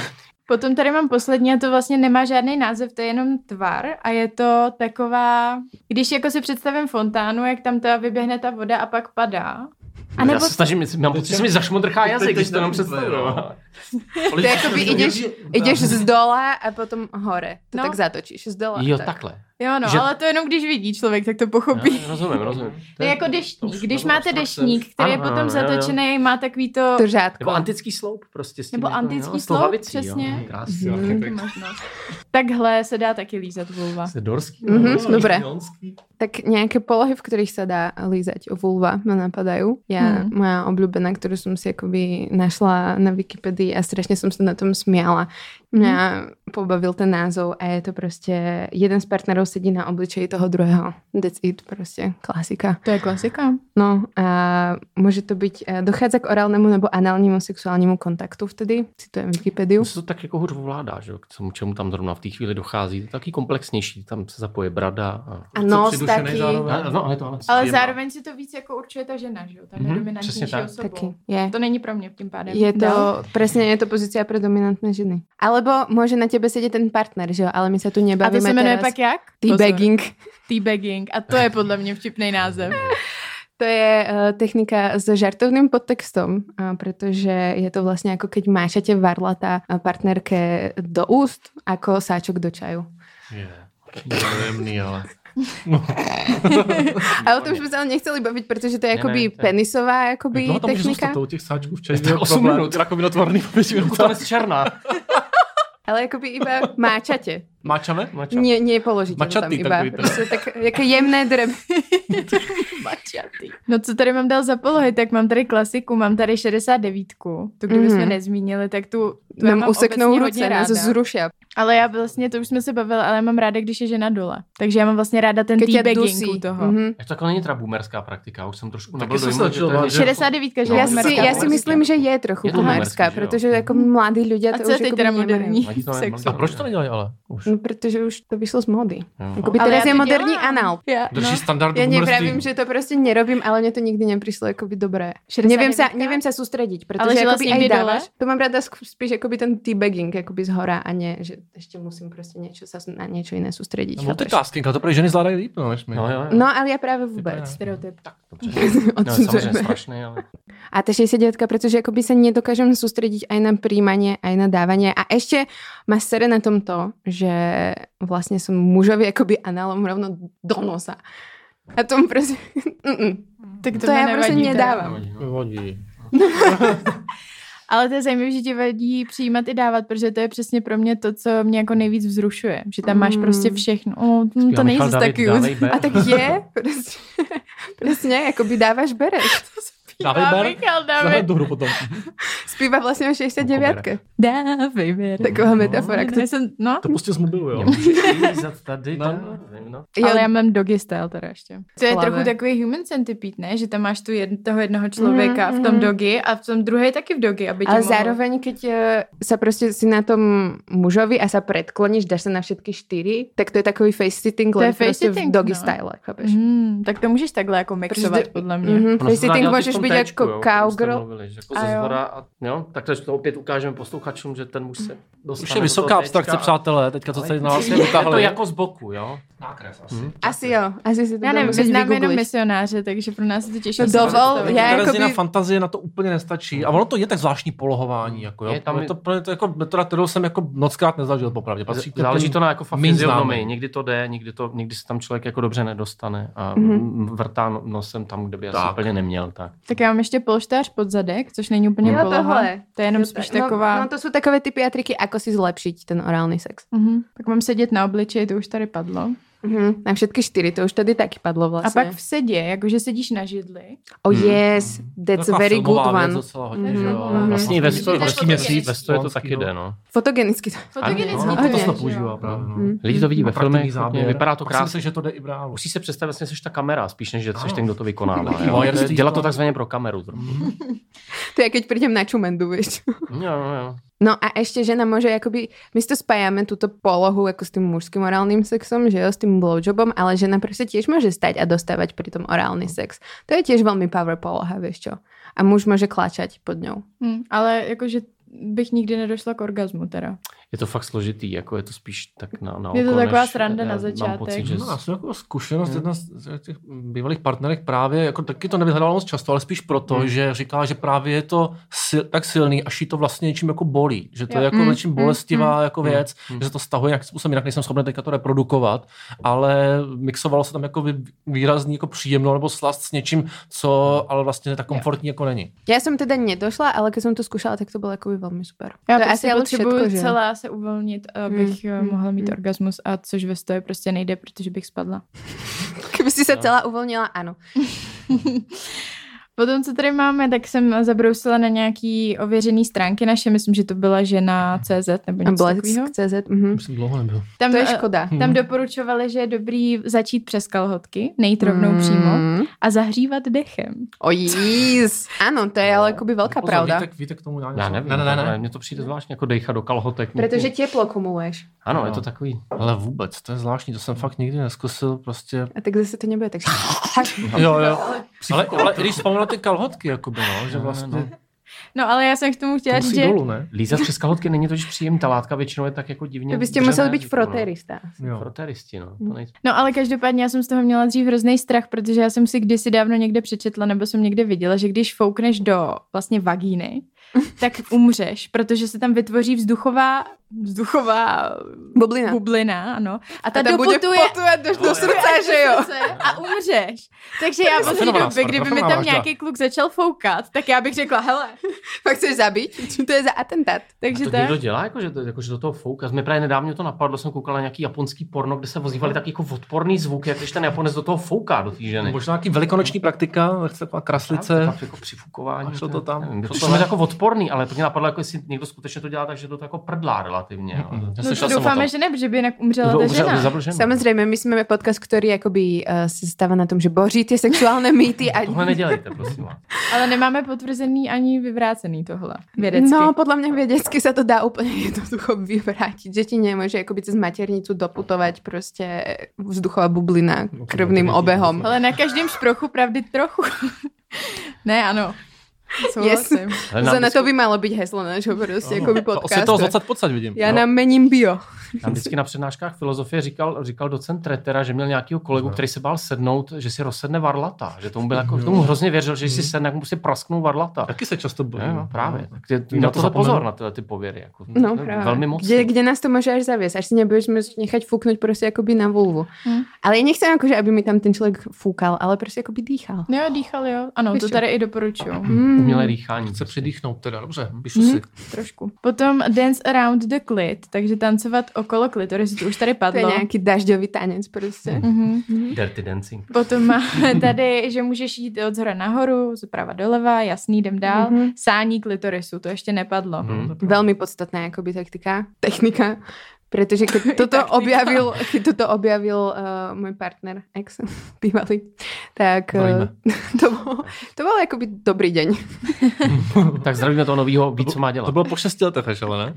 Speaker 2: Potom tady mám poslední a to vlastně nemá žádný název, to je jenom tvar a je to taková, když jako si představím fontánu, jak tam ta vyběhne ta voda a pak padá. A
Speaker 6: Já
Speaker 2: nebo
Speaker 6: se snažím, mám pocit, že se mi zašmodrchá jazyk, když to jenom představuju.
Speaker 1: To je akoby ideš, ideš z dola a potom hore. To no.
Speaker 2: No.
Speaker 1: tak zatočíš z dola.
Speaker 6: Jo,
Speaker 1: tak.
Speaker 6: takhle.
Speaker 2: Jo, no, že...
Speaker 6: Že-
Speaker 2: ale to jenom když vidí člověk, tak to pochopí.
Speaker 6: Já, rozumím, rozumím.
Speaker 2: To je jako
Speaker 6: to
Speaker 2: deštník.
Speaker 6: už
Speaker 2: Když
Speaker 6: nebylo
Speaker 2: máte
Speaker 6: abstrakce.
Speaker 2: deštník, který je
Speaker 6: Ano,
Speaker 2: potom
Speaker 6: ano, jo, jo.
Speaker 2: zatočený, má takový to...
Speaker 1: To řádko.
Speaker 6: Nebo antický sloup prostě. S tím
Speaker 2: Nebo
Speaker 6: jako,
Speaker 2: antický
Speaker 6: jo,
Speaker 2: sloup,
Speaker 6: slovavicí, jo.
Speaker 2: přesně.
Speaker 6: Krásný.
Speaker 2: Taky možnost. Takhle se dá taky lízat vulva.
Speaker 6: Sedorský?
Speaker 1: Mhm,
Speaker 6: no,
Speaker 1: dobré.
Speaker 6: Jonský.
Speaker 1: Tak nejaké polohy, v ktorých sa dá lízať o vulva, ma napadajú. Ja,
Speaker 2: Hmm.
Speaker 1: hmm. moja obľúbená, ktorú som si akoby našla na Wikipedii a strašne som sa na tom smiala. Mňa hmm. pobavil ten názov a je to proste jeden z partnerov sedí na obličeji toho druhého. That's it, proste klasika.
Speaker 2: To je klasika.
Speaker 1: No a môže to byť, eh, dochádza k orálnemu nebo análnemu sexuálnemu kontaktu vtedy, citujem Wikipediu.
Speaker 6: se to tak jako hůř ovládá, že? jo, k tomu, čemu tam zrovna v té chvíli dochází. To je taky komplexnější, tam se zapoje brada. A...
Speaker 1: A nos
Speaker 4: Chci dušenej
Speaker 1: taky.
Speaker 3: zároveň.
Speaker 6: A, no, ale to ale...
Speaker 2: Ale
Speaker 3: Příjemná.
Speaker 2: zároveň si to víc jako určuje ta žena, že jo? Tam je
Speaker 6: Mhm,
Speaker 2: dominantnější
Speaker 6: přesně tak.
Speaker 2: osobou.
Speaker 1: Taky, je.
Speaker 2: To není pro mě tím pádem. No.
Speaker 1: Je to,
Speaker 2: Dál.
Speaker 1: presne, je to pozícia pre dominantné ženy. Alebo môže na tebe sedieť ten partner, že jo? Ale my sa tu
Speaker 2: A to
Speaker 1: nebavíme
Speaker 2: se jmenuje
Speaker 1: teraz.
Speaker 2: pak jak?
Speaker 1: Teabagging.
Speaker 2: Pozor, Teabagging. A to je podle mě vtipný název.
Speaker 1: To je eh, technika s žartovným podtextom, eh, protože je to vlastně jako keď mášate varlata eh, partnerke do úst, jako sáčok do čaju.
Speaker 3: Je, Jemný, ale.
Speaker 1: Ale to už bychom se ale nechceli bavit, protože to je
Speaker 6: Ne, ne,
Speaker 1: jakoby
Speaker 6: to je-
Speaker 1: penisová jakoby
Speaker 3: Jak dlouho tam může
Speaker 1: technika.
Speaker 3: zůstat u těch sáčků včas?
Speaker 6: Tak osm minut. jako
Speaker 3: Rakovinotvorný povětí.
Speaker 6: Kutanec Černá.
Speaker 1: Ale jakoby iba máčatě.
Speaker 3: Máčame? Máčame.
Speaker 1: Nie, nie položíte ho no tam
Speaker 3: Mačatý
Speaker 1: iba.
Speaker 3: takový ten.
Speaker 1: Prostě tak, jaké jemné dreby.
Speaker 2: No co tady mám dál za polohy, tak mám tady klasiku, mám tady 69. Tu kdybychom
Speaker 1: Mhm.
Speaker 2: nezmínili, tak tu, tu já
Speaker 1: Nám
Speaker 2: mám
Speaker 1: useknou
Speaker 2: obecně
Speaker 1: ruce,
Speaker 2: hodně
Speaker 1: nás
Speaker 2: ráda.
Speaker 1: zrušia.
Speaker 2: Ale já vlastně, to už jsme se bavili, ale já mám ráda, když je žena dole. Takže já mám vlastně ráda ten
Speaker 1: Keď ťa
Speaker 2: teabagging
Speaker 1: dusí.
Speaker 2: u toho. Mm-hmm.
Speaker 1: Mhm.
Speaker 6: Jak to takhle není teda boomerská praktika, už jsem trošku nabil
Speaker 3: jsem
Speaker 6: dojmu,
Speaker 3: se
Speaker 6: že
Speaker 3: začal
Speaker 6: to je-
Speaker 3: bát, že-
Speaker 2: 69, že
Speaker 1: No, Já
Speaker 2: je
Speaker 1: si,
Speaker 2: boomerská
Speaker 1: já si
Speaker 2: politika.
Speaker 1: myslím, že je trochu
Speaker 6: Je to boomerská,
Speaker 1: boomerská,
Speaker 6: že jo?
Speaker 1: protože jako mladí lidé
Speaker 2: A
Speaker 1: to
Speaker 2: co je
Speaker 1: už
Speaker 2: teď
Speaker 1: jako
Speaker 2: teda
Speaker 1: nemají.
Speaker 2: moderní?
Speaker 6: Vadí to, ne?
Speaker 2: Sexu.
Speaker 3: A proč to nedělají ale? Už.
Speaker 1: No, protože už to vyšlo z módy.
Speaker 6: Jo. no,
Speaker 1: Jakoby
Speaker 2: Ale
Speaker 1: teraz
Speaker 2: já
Speaker 1: je
Speaker 2: to
Speaker 1: moderní
Speaker 2: dělám.
Speaker 1: anal.
Speaker 2: Já, no,
Speaker 3: Drží standard
Speaker 1: Já nevravím,
Speaker 3: boomerství.
Speaker 1: že to prostě nerobím, ale mě to nikdy nepřišlo jakoby dobré.
Speaker 2: 69?
Speaker 1: Nevím se, nevím se soustředit, protože
Speaker 2: Ale
Speaker 1: ale
Speaker 2: žila
Speaker 1: jakoby
Speaker 2: jsi
Speaker 1: aj
Speaker 2: někdy dole?
Speaker 1: dáváš. To mám ráda sk- spíš jakoby ten teabagging, jakoby z hora a ne, že ještě musím prostě něco se na něco jiné soustředit.
Speaker 3: No,
Speaker 1: chápeš?
Speaker 3: Multitasking, ale to pro ženy zvládají líp, no, než my.
Speaker 6: No jo, jo.
Speaker 1: No, ale já právě vůbec.
Speaker 2: stereotyp.
Speaker 6: Tak, dobře. No, samozřejmě
Speaker 1: Odsuzujeme.
Speaker 6: strašný, ale...
Speaker 1: A ta 69, protože jakoby se nedokážem soustředit aj na príjmanie, aj na dávanie. A ešte ma sere na tom to, že vlastne som mužovi akoby analom rovno do nosa. A tom prostě... Mm-mm.
Speaker 2: Tak to,
Speaker 1: To, to
Speaker 2: mě
Speaker 1: já prostě
Speaker 2: nevadí teda.
Speaker 1: nedávám.
Speaker 3: Vadí.
Speaker 2: Ale to je zajímavé, že ti vadí přijímat i dávat, protože to je přesně pro mě to, co mě jako nejvíc vzrušuje. Že tam máš
Speaker 1: Mm.
Speaker 2: prostě všechno. O, mm, to
Speaker 6: Michal
Speaker 2: není zase tak
Speaker 6: David,
Speaker 2: cute.
Speaker 6: dávej ber.
Speaker 1: A tak je, prostě, přesně, jakoby dáváš bereš.
Speaker 3: Dávej
Speaker 2: Dávej,
Speaker 3: ber.
Speaker 2: Michal
Speaker 3: Zahrát
Speaker 2: David.
Speaker 3: do hru potom.
Speaker 1: Zpívá vlastně o 69.
Speaker 2: Dávej, ber. No,
Speaker 1: Taková metafora.
Speaker 2: Já jsem, no,
Speaker 3: To pustil z mobilu, jo.
Speaker 6: Nemůžeš tady,
Speaker 3: No.
Speaker 6: no. no.
Speaker 1: Jo,
Speaker 2: ale já mám doggy style teda ještě. To je
Speaker 1: Slave.
Speaker 2: trochu takový human centipede, ne? Že tam máš tu jedn, toho jednoho člověka v tom doggy a v tom druhé taky v doggy, aby tě
Speaker 1: ale
Speaker 2: mohl-
Speaker 1: zároveň, keď eh, sa prostě si na tom mužovi a sa predkloníš, dáš sa na všetky štyri, tak to je takový face-sitting,
Speaker 2: To
Speaker 1: len
Speaker 2: je
Speaker 1: prostě
Speaker 2: face-sitting,
Speaker 1: v doggy
Speaker 2: no.
Speaker 1: no. style, chápeš?
Speaker 2: Mm, tak to můžeš takhle jako mixovat,
Speaker 1: Protože-
Speaker 2: podle mě.
Speaker 1: Mm-hmm.
Speaker 6: Ono se to dá
Speaker 1: Face-sitting
Speaker 6: dělat i v
Speaker 1: můžeš
Speaker 6: tom
Speaker 1: být
Speaker 6: téčku,
Speaker 1: jako
Speaker 6: jo, o kterém jste
Speaker 1: cowgirl.
Speaker 6: mluvili, že jako
Speaker 1: A
Speaker 6: ze
Speaker 1: jo.
Speaker 6: zhora a, jo, takže to opět ukážeme posluchačům, že ten muž se dostane
Speaker 3: Už je
Speaker 6: do
Speaker 3: vysoká
Speaker 6: toho
Speaker 3: abstrakce,
Speaker 6: téčka a-
Speaker 3: přátelé, teďka co
Speaker 6: Ale
Speaker 3: tady na vás
Speaker 6: je to
Speaker 3: vytáhli.
Speaker 6: jako z boku, jo? Nákres asi.
Speaker 1: Asi jo, asi si to
Speaker 2: Já nevím, my
Speaker 1: musíš
Speaker 2: známe jenom
Speaker 1: vygooglit.
Speaker 2: misionáře, takže pro nás je to těžší.
Speaker 1: No
Speaker 2: si
Speaker 1: dovol,
Speaker 2: představit.
Speaker 1: já- jakoby-
Speaker 3: Terezina fantazie na to úplně nestačí. A ono to je tak zvláštní polohování. Jako, jo.
Speaker 6: Je
Speaker 3: Je,
Speaker 6: tam-
Speaker 3: tam je, to, je to jako metoda, kterou jsem jako mockrát nezažil popravdě. Patří
Speaker 6: Z- Záleží
Speaker 3: těm-
Speaker 6: to na jako fa-
Speaker 3: méně
Speaker 6: fyzionomii.
Speaker 3: známým.
Speaker 6: Někdy to jde, někdy, to, někdy se tam člověk jako dobře nedostane a
Speaker 1: Mhm.
Speaker 6: mm vrtá no- nosem tam, kde by asi
Speaker 3: Tak.
Speaker 6: úplně neměl. Tak.
Speaker 2: Tak já mám ještě polštář pod zadek, což není úplně
Speaker 1: Jo,
Speaker 2: poloha.
Speaker 1: tohle.
Speaker 2: To je jenom spíš taková...
Speaker 1: No, no to jsou takové typy a triky, ako si zlepšit jako ten orální sex.
Speaker 2: Mhm. Tak mám sedět na obličeji, to už tady padlo.
Speaker 1: Mhm, na všetky čtyři, to už tady taky padlo
Speaker 2: A
Speaker 1: vlastně.
Speaker 2: pak v sedě, jakože sedíš na židli.
Speaker 1: Oh
Speaker 4: Mhm.
Speaker 1: yes, that's a
Speaker 4: Taková
Speaker 1: very good
Speaker 4: filmová věc
Speaker 1: one.
Speaker 4: Docela hodně, že
Speaker 1: Mhm.
Speaker 4: jo.
Speaker 1: Mhm.
Speaker 6: Vlastně i ve
Speaker 5: Vidíte,
Speaker 6: sto,
Speaker 5: fotogenický.
Speaker 6: měsíc, ve sto je to
Speaker 4: Tonský,
Speaker 6: taky
Speaker 4: no.
Speaker 6: jde, no.
Speaker 1: Fotogenicky to.
Speaker 2: Fotogenický
Speaker 1: no,
Speaker 2: to
Speaker 1: ale
Speaker 2: je,
Speaker 1: to se
Speaker 2: že
Speaker 4: používá,
Speaker 2: jo.
Speaker 4: právě, no.
Speaker 1: Mhm.
Speaker 6: Lidi to vidí ve
Speaker 4: Atraktivní
Speaker 6: filmech, hodně,
Speaker 4: záběr.
Speaker 6: vypadá to
Speaker 4: Pak si
Speaker 6: krásně.
Speaker 4: myslím, že to jde i brál.
Speaker 6: Musíš se představit, že jsi ta kamera, spíš než že jsi
Speaker 4: Ano.
Speaker 6: ten, kdo to vykonává.
Speaker 4: Takový
Speaker 6: Jo?
Speaker 4: voyeurství,
Speaker 6: Dělat to
Speaker 4: no.
Speaker 6: takzvaně pro kameru. trochu.
Speaker 1: To je, keď prídem na čumendu, vieš.
Speaker 6: Jo, jo, jo.
Speaker 1: No a ešte žena môže akoby, my si to spájame túto polohu ako s tým mužským orálnym sexom, že jo, s tým blowjobom, ale žena proste tiež môže stať a dostávať pri tom orálny sex. To je tiež veľmi power poloha, vieš čo. A muž môže klačať pod ňou.
Speaker 2: Hm, ale jakože bych nikdy nedošla k orgazmu teda.
Speaker 6: Je to fakt složitý, jako je to spíš tak na, na
Speaker 2: Je to
Speaker 6: oko,
Speaker 2: taková
Speaker 6: než-
Speaker 2: sranda na
Speaker 6: já Mám
Speaker 2: začátek.
Speaker 6: pocit, že
Speaker 2: Yes.
Speaker 4: No, já
Speaker 6: s-
Speaker 4: jsem jako zkušenost,
Speaker 6: Hmm.
Speaker 4: jedna z z těch bývalých partnerek právě, jako taky to nevyhledala moc často, ale spíš proto,
Speaker 6: Hmm.
Speaker 4: že říká, že právě je to sil, tak silný, až jí to vlastně něčím jako bolí, že to
Speaker 2: Jo.
Speaker 4: je jako
Speaker 2: Hmm,
Speaker 4: něčím
Speaker 2: hmm,
Speaker 4: bolestivá jako
Speaker 6: Hmm,
Speaker 4: věc,
Speaker 6: hmm.
Speaker 4: že se to stahuje nějakým způsobem, jinak nejsem schopen teďka to reprodukovat, ale mixovalo se tam jako vy- výrazný jako příjemnou nebo slast s něčím, co ale vlastně tak komfortní jako není.
Speaker 1: Ja som teda nedošla, ale keď som to skúšala, tak to bolo akoby veľmi super.
Speaker 2: Já
Speaker 1: to je
Speaker 2: prostě
Speaker 1: ale
Speaker 2: potřebuju
Speaker 1: všetko, že jo?
Speaker 2: celá se uvolnit, abych
Speaker 1: Mm,
Speaker 2: eh,
Speaker 1: mm,
Speaker 2: mohla mít
Speaker 1: mm.
Speaker 2: orgasmus, a což ve stoje prostě nejde, protože bych spadla.
Speaker 1: Keby si sa
Speaker 6: No.
Speaker 1: celá uvoľnila, áno.
Speaker 2: Potom, co tady máme, tak jsem zabrousila na nějaký ověřený stránky naše, myslím, že to byla žena CZ nebo něco takového.
Speaker 1: Blesk.cz. mhm.
Speaker 4: Myslím, dlouho nebyl.
Speaker 2: Tam,
Speaker 1: To je
Speaker 2: eh,
Speaker 1: škoda.
Speaker 2: tam doporučovali, že je dobrý začít přes kalhotky, nejít rovnou
Speaker 1: Mm.
Speaker 2: přímo a zahřívat dechem.
Speaker 1: O jíz. Áno, to
Speaker 4: No.
Speaker 1: je ale akoby veľká pravda.
Speaker 4: Víte, víte k tomu já něco?
Speaker 6: Já nevím,
Speaker 4: ne, ne, ne, ne.
Speaker 6: Mně to přijde zvláštně jako dejcha do kalhotek.
Speaker 1: Pretože teplo kumuluješ.
Speaker 6: Ano,
Speaker 4: No.
Speaker 6: je to takový.
Speaker 4: Ale vůbec, to je zvláštní, to jsem fakt nikdy neskusil, prostě
Speaker 1: A tak zase to nebude tak...
Speaker 4: Jo, jo. Ale, ale když vzpomněla ty kalhotky, jakoby, no, že
Speaker 6: No, no.
Speaker 4: vlastně
Speaker 2: No ale já jsem k tomu chtěla říct,
Speaker 4: kousí
Speaker 2: že
Speaker 4: dolů, ne?
Speaker 6: Líza přes kalhotky není totiž příjemný, ta látka většinou je tak jako divně.
Speaker 1: To byste
Speaker 6: dřené,
Speaker 1: musel být
Speaker 6: jako, no.
Speaker 1: froterista.
Speaker 4: Jo.
Speaker 6: Frotéristi, no. To nejsou.
Speaker 2: No ale každopádně já jsem z toho měla dřív hrozný strach, protože já jsem si kdysi dávno někde přečetla nebo jsem někde viděla, že když foukneš do vlastně vagíny, tak umřeš, protože se tam vytvoří vzduchová, vzduchová
Speaker 1: Bublina.
Speaker 2: bublina, ano. A ta,
Speaker 1: A ta bude
Speaker 2: doputuje
Speaker 1: potovat do, do srdce, že jo?
Speaker 2: a umřeš. Takže já od té
Speaker 4: Rafinová
Speaker 2: doby,
Speaker 4: smrt,
Speaker 2: kdyby mi
Speaker 4: rafinová
Speaker 2: tam
Speaker 4: vražda.
Speaker 2: nějaký kluk začal foukat, tak já bych řekla, hele,
Speaker 1: Pak chceš zabít? Co to je za atentát?
Speaker 2: takže no,
Speaker 6: A to
Speaker 2: tak.
Speaker 6: někdo dělá, jako, že, to, jako, že do toho fouká. Mě právě nedávno to napadlo, jsem koukal na nějaký japonský porno, kde se ozývaly tak jako odporný zvuk, jak když ten Japonec do toho fouká, do té ženy.
Speaker 4: Možná nějaký velikonoční praktika, chce taková kraslice.
Speaker 6: Tak, jako přifukování.
Speaker 4: A šlo to
Speaker 6: je-
Speaker 4: tam?
Speaker 6: nevím,
Speaker 4: Šlo
Speaker 6: To
Speaker 4: to
Speaker 6: jsme
Speaker 4: tam?
Speaker 6: jako odporný, ale to mě napadlo, jako jestli někdo skutečně to dělá, takže to jako prdlá relativně. jo.
Speaker 4: Já
Speaker 2: No to
Speaker 4: slyšel jsem o
Speaker 2: doufáme,
Speaker 4: tom.
Speaker 2: že ne, protože by jinak umřela ta
Speaker 6: Dobře,
Speaker 2: žena.
Speaker 6: zabl ženu.
Speaker 1: Samozřejmě, my jsme podcast, který jakoby uh, se stává na tom, že boří ty sexuální mýty a...
Speaker 6: Tohle nedělejte, prosím vás.
Speaker 2: Ale nemáme potvrzený ani vyvrácený tohle vědecky.
Speaker 1: No, podle mě vědecky se to dá úplně jednoducho vyvrátit. Že ti nemůže jakoby cez maternicu doputovat prostě vzduchová bublina krvným obehom.
Speaker 2: Ale na každém šprochu pravdy trochu. ne, ano. Souhlasím. Yes.
Speaker 6: Ale nám
Speaker 1: Za na
Speaker 6: vždycky-
Speaker 1: to by malo být heslo našeho
Speaker 4: No.
Speaker 1: prostě jakoby
Speaker 4: To asi toho No.
Speaker 1: podcastu.
Speaker 4: zocet pocať vidím.
Speaker 1: Já nám mením bio.
Speaker 6: Tam vždycky na přednáškách filozofie říkal, říkal docent Tretera, že měl nějakého kolegu, který se bál sednout, že si rozsedne varlata. Že tomu, byl jako, že tomu hrozně věřil, že když si sedne, tak mu si prasknou varlata.
Speaker 4: Taky se často bojím.
Speaker 6: Jo, jo, právě. Tak je,
Speaker 4: na
Speaker 6: no. na
Speaker 4: to
Speaker 6: to pozor
Speaker 4: zapomenu.
Speaker 6: na tyhle ty pověry. Jako,
Speaker 1: No,
Speaker 6: To je
Speaker 1: právě.
Speaker 6: Velmi moc.
Speaker 1: Kde, kde nás to může až zavěst, až si nebudeš muset nechat fúknout prostě jakoby na vulvu.
Speaker 2: Hm.
Speaker 1: Ale já nechcem jakože, aby mi tam ten člověk fúkal, ale prostě jakoby dýchal. Hmm,
Speaker 2: No jo, dýchal, jo. Ano, to
Speaker 1: Ještě.
Speaker 2: tady i doporučuju.
Speaker 1: Mm.
Speaker 6: Umělé dýchání.
Speaker 4: Chce přidýchnout teda, dobře, píšu
Speaker 1: Mhm.
Speaker 4: si.
Speaker 2: Trošku. Potom dance around the clit, takže tancovat okolo klitorisu, to už tady
Speaker 1: To je
Speaker 2: padlo.
Speaker 1: nějaký dažďový tanec prostě.
Speaker 2: Mhm.
Speaker 6: Dirty dancing.
Speaker 2: Potom máme tady, že můžeš jít od zhora nahoru, zprava doleva, jasný, jdem dál.
Speaker 1: Mhm.
Speaker 2: Sání klitorisu, to ještě nepadlo.
Speaker 4: Mhm.
Speaker 6: Hm.
Speaker 1: Velmi podstatná jakoby taktika, technika. Protože keď toto objavil, keď toto objavil uh, můj partner, ex, bývalý, tak uh,
Speaker 4: Zdravíme.
Speaker 1: to byl to bol jakoby dobrý den.
Speaker 6: Tak zdravíme toho nového, ví, co má dělat.
Speaker 4: To bylo po šesti letech až, ale ne?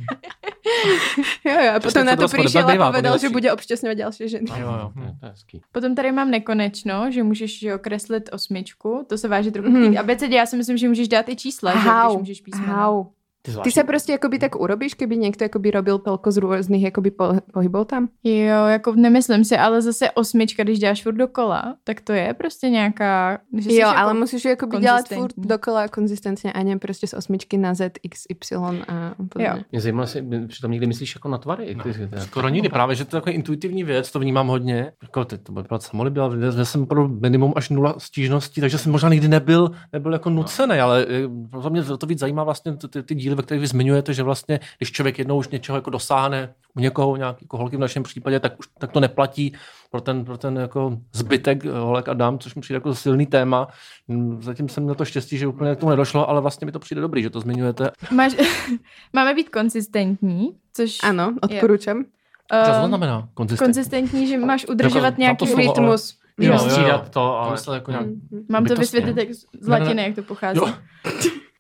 Speaker 1: Jo, jo, a
Speaker 4: Často
Speaker 1: potom na
Speaker 4: to
Speaker 1: to
Speaker 4: rozpor
Speaker 1: přišel a
Speaker 4: nebývá, to
Speaker 1: povedal, že
Speaker 4: nejlepší.
Speaker 1: bude obšťastňovat další ženy.
Speaker 4: Jo, jo.
Speaker 6: To je- to je hezký.
Speaker 2: Potom tady mám nekonečno, že můžeš že jo, kreslit osmičku, to se váží trochu
Speaker 1: Mhm.
Speaker 2: mm. k té abecedě, já si myslím, že můžeš dát i čísla, že jo, když můžeš písmena.
Speaker 1: Hau. Ty
Speaker 6: zvláštní.
Speaker 1: se prostě jakoby tak urobíš, kdyby někdo jakoby robil pelko z různých jakoby po- pohybů tam?
Speaker 2: Jo, jako nemyslím si, ale zase osmička, když dáš furt dokola, tak to je prostě nějaká... Že jsi
Speaker 1: jo,
Speaker 2: jako,
Speaker 1: ale musíš jakoby dělat furt
Speaker 2: konzistentní.
Speaker 1: dokola konzistentně a ne prostě z osmičky na Z, X, Y a
Speaker 2: Jo.
Speaker 1: podobně.
Speaker 6: Mě zajímalo, jestli přitom někdy myslíš jako na tvary. No.
Speaker 4: Skoro nikdy, právě, že to je takový intuitivní věc, to vnímám hodně. Jako teď to bude vypadat samolibě, ale já- já jsem pro minimum až nula No. stížností, takže jsem možná nikdy nebyl, nebyl jako nucený, ale eh, pro mě to víc zajímá vlastně ty, ty, ty díly chvíli, ve které vy zmiňujete, že vlastně, když člověk jednou už něčeho jako dosáhne, u někoho, nějaký jako holky v našem případě, tak, už, tak to neplatí pro ten, pro ten jako zbytek eh, holek a dám, což mi přijde jako silný téma. Hm, Zatím jsem na to štěstí, že úplně k tomu nedošlo, ale vlastně mi to přijde dobrý, že to zmiňujete.
Speaker 2: Máš, máme být konzistentní, což...
Speaker 1: Áno, odporúčam.
Speaker 2: eh,
Speaker 4: Co to znamená? Konzistentní.
Speaker 2: konzistentní, že máš udržovat
Speaker 4: Jako- mám to
Speaker 2: nějaký Prostě.
Speaker 4: slovo, ale-
Speaker 1: Rytmus.
Speaker 4: Jo, jo,
Speaker 6: střídat
Speaker 4: jo.
Speaker 6: to,
Speaker 4: Ale
Speaker 6: ale
Speaker 4: to jako nějak...
Speaker 2: Mám to
Speaker 4: bytostně.
Speaker 2: vysvětlit jak z z
Speaker 4: Ne, ne,
Speaker 2: latiny,
Speaker 4: ne.
Speaker 2: jak to pochází.
Speaker 4: Jo.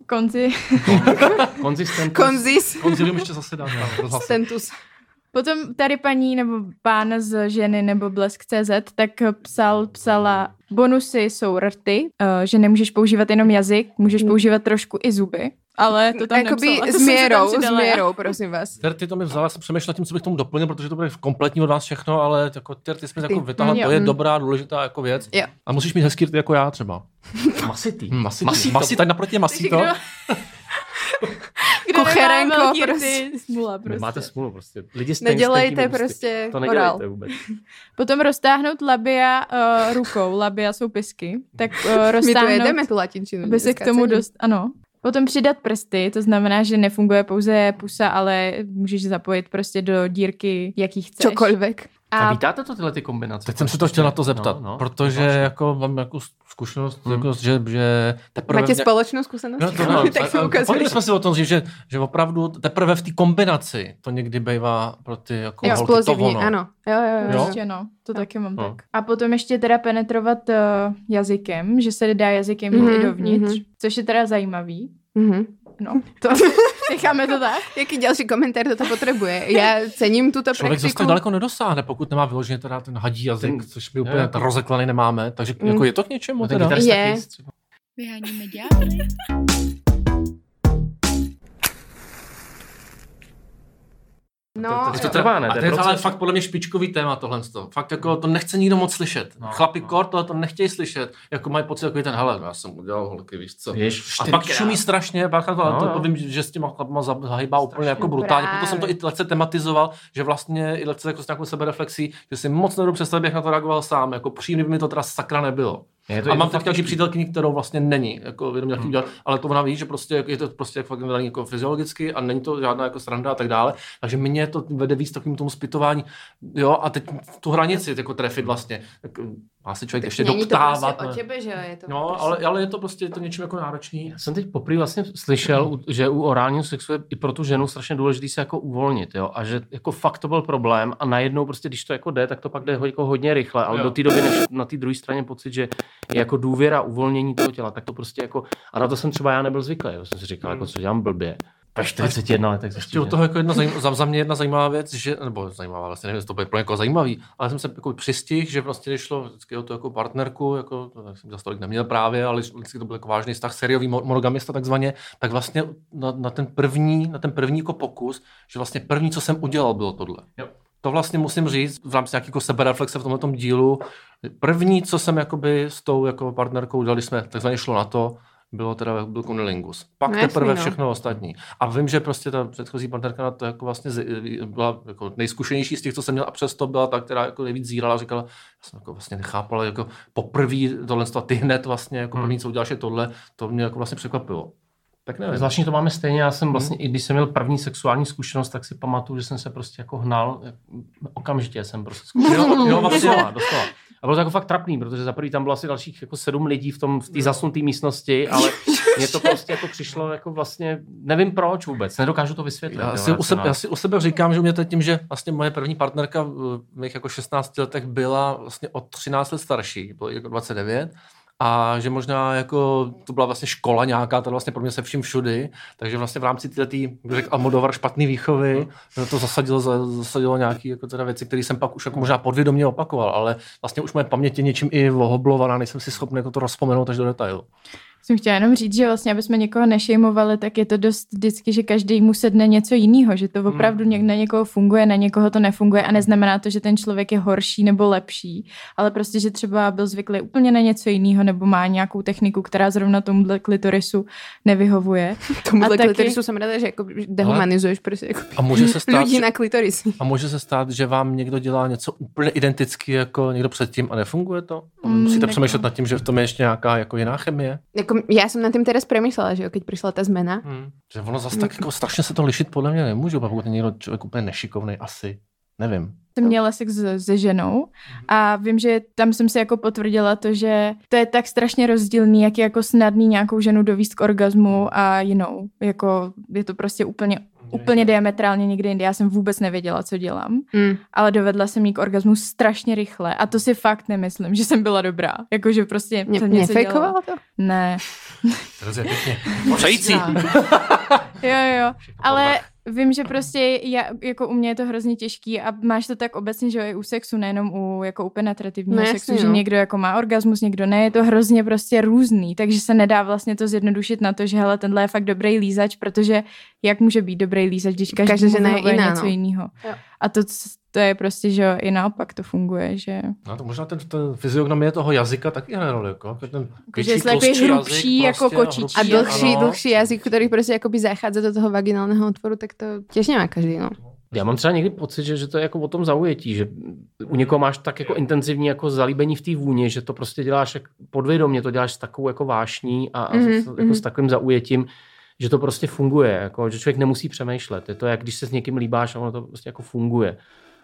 Speaker 2: Konzi.
Speaker 6: konzistentnost.
Speaker 1: Konzis.
Speaker 4: Konzilium ještě zase dám.
Speaker 1: Stentus.
Speaker 2: Potom tady paní nebo pán z ženy nebo blesk.cz tak psal, psala, bonusy jsou rty, eh, že nemůžeš používat jenom jazyk, můžeš
Speaker 1: Mm.
Speaker 2: používat trošku i zuby, ale to tam
Speaker 1: Akoby
Speaker 2: nepsala.
Speaker 1: s
Speaker 2: To jsem si tam
Speaker 1: mierou, s
Speaker 2: přidala já.
Speaker 1: mierou, prosím vás.
Speaker 4: Terty to mi vzala, jsem přemýšlel tím, co bych tomu doplnil, protože to bude kompletní od vás všechno, ale jako terty jsme jako
Speaker 1: Ty.
Speaker 4: vytáhla,
Speaker 2: Jo.
Speaker 4: to je
Speaker 2: Mm.
Speaker 4: dobrá, důležitá jako věc.
Speaker 1: Jo.
Speaker 4: A musíš mít hezký rty jako já třeba.
Speaker 6: Masitý.
Speaker 4: Hm, Masito.
Speaker 6: Masito.
Speaker 4: Masito. Masito. Tady naproti je no. masito.
Speaker 2: kdo- Kdo nemá
Speaker 1: Kocherenko,
Speaker 2: velký rty,
Speaker 1: prostě.
Speaker 2: Smula prostě.
Speaker 6: Máte smůlu prostě. Lidi s ten- s
Speaker 1: Nedělejte
Speaker 6: tenkými
Speaker 1: prostě
Speaker 6: ústy. To
Speaker 1: orál.
Speaker 6: nedělejte vůbec.
Speaker 2: Potom roztáhnout labia uh, rukou, labia jsou pisky, tak uh,
Speaker 1: My tu
Speaker 2: roztáhnout...
Speaker 1: jedeme tu latinčinu.
Speaker 2: Aby se k
Speaker 1: dneska,
Speaker 2: tomu
Speaker 1: cením.
Speaker 2: dost, ano. Potom přidat prsty, to znamená, že nefunguje pouze pusa, ale můžeš zapojit prostě do dírky, jaký chceš.
Speaker 1: Čokoľvek.
Speaker 6: A
Speaker 2: A
Speaker 6: vítáte to tyhle ty kombinace?
Speaker 4: Teď jsem se to chtěl na to zeptat, no, no, protože jako mám jako zkušenost, jako, že, že teprve...
Speaker 1: Máte
Speaker 4: v ně-
Speaker 1: společnou zkušenost?
Speaker 4: No, to mám.
Speaker 1: tak jsme
Speaker 4: A- a-
Speaker 1: ukázali.
Speaker 4: Bavili jsme si o tom, že, že opravdu teprve v té kombinaci to někdy bývá pro ty jako holky to
Speaker 1: Explozivní,
Speaker 4: ono.
Speaker 1: ano. Jo, jo, jo.
Speaker 4: Jo?
Speaker 2: Určitě no, to taky mám
Speaker 6: No.
Speaker 2: tak. A potom ještě teda penetrovat uh, jazykem, že se dá jazykem jít
Speaker 1: Mhm,
Speaker 2: i dovnitř,
Speaker 1: mhm.
Speaker 2: což je teda zajímavý.
Speaker 1: Mhm.
Speaker 2: No, to necháme to tak.
Speaker 1: Jaký další komentár toto potřebuje? Já cením tuto
Speaker 4: Člověk zase tak
Speaker 1: praktiku.
Speaker 4: daleko nedosáhne, pokud nemá vyloženě teda ten hadí jazyk,
Speaker 6: Ten-
Speaker 4: což my
Speaker 6: jo,
Speaker 4: úplně
Speaker 6: jo.
Speaker 4: tak rozeklaný nemáme, takže
Speaker 6: Hmm.
Speaker 1: Mm.
Speaker 4: jako je to k něčemu teda.
Speaker 1: kytarista- Je.
Speaker 5: Vyháníme ďábly.
Speaker 1: No,
Speaker 6: To trvá, ne?
Speaker 4: A to je ale
Speaker 6: proces.
Speaker 4: fakt podle mě špičkový téma tohle. To. Fakt jako to nechce nikdo moc slyšet.
Speaker 6: No,
Speaker 4: No, Chlapi
Speaker 6: no.
Speaker 4: no. kor tohle to nechtějí slyšet. Jako mají pocit jako ten, hele, no, já jsem udělal holky, víš co.
Speaker 6: Jež,
Speaker 4: A pak šumí strašně, pak to,
Speaker 6: No,
Speaker 4: no, to,
Speaker 6: jo.
Speaker 4: to vím, že s těma chlapama za- zahýbá úplně
Speaker 6: Strašně.
Speaker 4: jako brutálně.
Speaker 1: No
Speaker 4: Proto jsem to
Speaker 1: právě.
Speaker 4: i lehce tematizoval, že vlastně i lehce jako s nějakou sebereflexí, že si moc nedobu představit, jak na to reagoval sám. Jako příjemný by mi to teda sakra nebylo.
Speaker 6: Je
Speaker 4: To a mám teďka nějaký přítelkyni, kterou vlastně není, jako vědomě nějaký udělat, ale to ona ví, že prostě je to prostě fakt daný jako fyziologicky a není to žádná jako sranda a tak dále. Takže mě to vede víc takovým tomu zpytování, jo, a teď tu hranici jako trefit vlastně. Tak, má se člověk ještě doptávat.
Speaker 2: prostě
Speaker 4: ne?
Speaker 1: tebe, Prostě že jo, je to
Speaker 4: No, ale, ale, je to prostě je to něčím jako náročný.
Speaker 6: Já jsem teď poprvé vlastně slyšel, u- že u orálního sexu je i pro tu ženu strašně důležité se jako uvolnit, jo? A že jako fakt to byl problém a najednou prostě, když to jako jde, tak to pak jde ho- jako hodně rychle, ale
Speaker 4: Jo.
Speaker 6: do té doby než na té druhé straně pocit, že je jako důvěra, uvolnění toho těla, tak to prostě jako, a na to jsem třeba já nebyl zvyklý, jo? jsem si říkal, jako co dělám blbě. Ve 41 letech
Speaker 4: Hmm. Ještě u toho jako jedna zajím, za, za, mě jedna zajímavá věc, že, nebo zajímavá, vlastně nevím, jestli to bude pro někoho zajímavý, ale jsem se jako přistihl, že vlastně když šlo vždycky o tu jako partnerku, jako, to tak jsem zase tolik neměl právě, ale vždycky to byl jako vážný vztah, seriový mo- monogamista takzvaně, tak vlastně na, na, ten první, na ten první jako pokus, že vlastně první, co jsem udělal, bylo tohle.
Speaker 6: Jo.
Speaker 4: To vlastně musím říct v rámci nějakého sebereflexe v tomto dílu. První, co jsem jakoby s tou jako partnerkou udělal, když jsme takzvaně šlo na to, bylo teda byl kunilingus. Pak
Speaker 1: No
Speaker 4: no,
Speaker 1: jasný,
Speaker 4: teprve
Speaker 1: no.
Speaker 4: všechno ostatní. A vím, že prostě ta předchozí partnerka na to jako vlastně z, byla jako nejzkušenější z těch, co jsem měl a přesto byla ta, která jako nejvíc zírala a říkala, já jsem jako vlastně nechápala, jako poprvé tohle a ty hned vlastně jako
Speaker 6: Hmm.
Speaker 4: první, co uděláš je tohle, to mě jako vlastně překvapilo. Tak nevím.
Speaker 6: Zvláštně to máme stejně, já
Speaker 4: Hmm.
Speaker 6: jsem vlastně, i když jsem měl první sexuální zkušenost, tak si pamatuju, že jsem se prostě jako hnal, jak- okamžitě jsem prostě zkušenost.
Speaker 4: Jo, jo, vlastně.
Speaker 6: Doslova, doslova. A bylo to jako fakt trapný, protože za prvý tam bylo asi dalších jako sedm lidí v tom v té zasnuté místnosti, ale mně to prostě jako přišlo jako vlastně, nevím proč vůbec, nedokážu to vysvětlit.
Speaker 4: Já
Speaker 6: jo,
Speaker 4: si, u sebe,
Speaker 6: racionálně.
Speaker 4: já si u sebe říkám, že u mě to je tím, že vlastně moje první partnerka v v mých jako 16 letech byla vlastně o 13 let starší, bylo jí jako 29, a že možná jako to byla vlastně škola nějaká, ta vlastně pro mě se vším všudy, takže vlastně v rámci této, bych řekl, Almodovar špatný výchovy, Hmm. to zasadilo, za- zasadilo nějaké jako teda věci, které jsem pak už jako možná podvědomě opakoval, ale vlastně už moje paměť je něčím i ohoblovaná, nejsem si schopný jako to rozpomenout až do detailu.
Speaker 2: Jsem chtěla jenom říct, že vlastně, aby jsme někoho nešejmovali, tak je to dost vždycky, že každý mu sedne něco jiného, že to opravdu něk- na někoho funguje, na někoho to nefunguje a neznamená to, že ten člověk je horší nebo lepší, ale prostě, že třeba byl zvyklý úplně na něco jiného nebo má nějakou techniku, která zrovna tomuhle klitorisu nevyhovuje.
Speaker 1: Tomu
Speaker 2: A
Speaker 1: taky...
Speaker 2: taky-
Speaker 1: klitorisu jsem ráda, že jako dehumanizuješ prostě jako
Speaker 4: A může se stát,
Speaker 1: lidi
Speaker 4: že-
Speaker 1: na klitorisi.
Speaker 4: A může se stát, že vám někdo dělá něco úplně identicky jako někdo předtím a nefunguje to?
Speaker 2: Mm,
Speaker 4: Musíte
Speaker 2: jako-
Speaker 4: přemýšlet nad tím, že v tom je ještě nějaká jako jiná chemie?
Speaker 1: Jako Ako, ja som nad tým teraz premýšľala, že jo, keď prišla tá zmena.
Speaker 4: Hmm. Že ono zase
Speaker 2: Mm.
Speaker 4: tak jako strašně se to lišit podle mě nemůže, pokud je někdo člověk úplně nešikovný asi. Nevím.
Speaker 2: jsem měla sex se, se ženou a vím, že tam jsem si jako potvrdila to, že to je tak strašně rozdílný, jak je jako snadný nějakou ženu dovíst k orgazmu a jinou. Jako je to prostě úplně, úplně diametrálně někde jinde. Já jsem vůbec nevěděla, co dělám,
Speaker 1: Mm.
Speaker 2: ale dovedla jsem jí k orgazmu strašně rychle a to si fakt nemyslím, že jsem byla dobrá. Jakože prostě
Speaker 1: Ne,
Speaker 2: jsem něco dělala.
Speaker 1: nefejkovala to?
Speaker 2: Ne.
Speaker 4: Tereze, pěkně. Přející.
Speaker 2: Jo, jo. Ale vím, že prostě já, jako u mě je to hrozně těžký a máš to tak obecně, že jo, i u sexu, nejenom u, jako u penetrativního
Speaker 1: No
Speaker 2: no,
Speaker 1: jasně,
Speaker 2: sexu, že
Speaker 1: no.
Speaker 2: někdo jako má orgasmus, někdo ne, je to hrozně prostě různý, takže se nedá vlastně to zjednodušit na to, že hele, tenhle je fakt dobrý lízač, protože jak může být dobrý lízač, když každý
Speaker 1: Každá žena je jiná,
Speaker 2: něco
Speaker 1: no.
Speaker 2: jiného.
Speaker 1: Jo.
Speaker 2: A to, c- to je prostě, že jo, i naopak to funguje, že
Speaker 4: No to možná ten, ten fyziognomie toho jazyka taky hraje roli. Jako, jako ten větší,
Speaker 2: jestli jako je
Speaker 4: tlustší jazyk
Speaker 2: hrubší jako
Speaker 4: prostě
Speaker 2: kočičí.
Speaker 1: A
Speaker 4: hrubší,
Speaker 1: dlhší,
Speaker 4: ano.
Speaker 1: dlhší jazyk, ktorý proste akoby zachádza do toho vaginálneho otvoru, tak to tiež nemá každý, no.
Speaker 6: Já mám třeba někdy pocit, že, že to je jako o tom zaujetí, že u někoho máš tak jako intenzivní jako zalíbení v té vůni, že to prostě děláš jak podvědomě, to děláš s takovou jako vášní a, a
Speaker 1: Mhm,
Speaker 6: mm-hmm. s, jako
Speaker 1: mhm.
Speaker 6: s takovým zaujetím, že to prostě funguje, jako, že člověk nemusí přemýšlet. Je to jak když se s někým líbáš a ono to prostě jako funguje.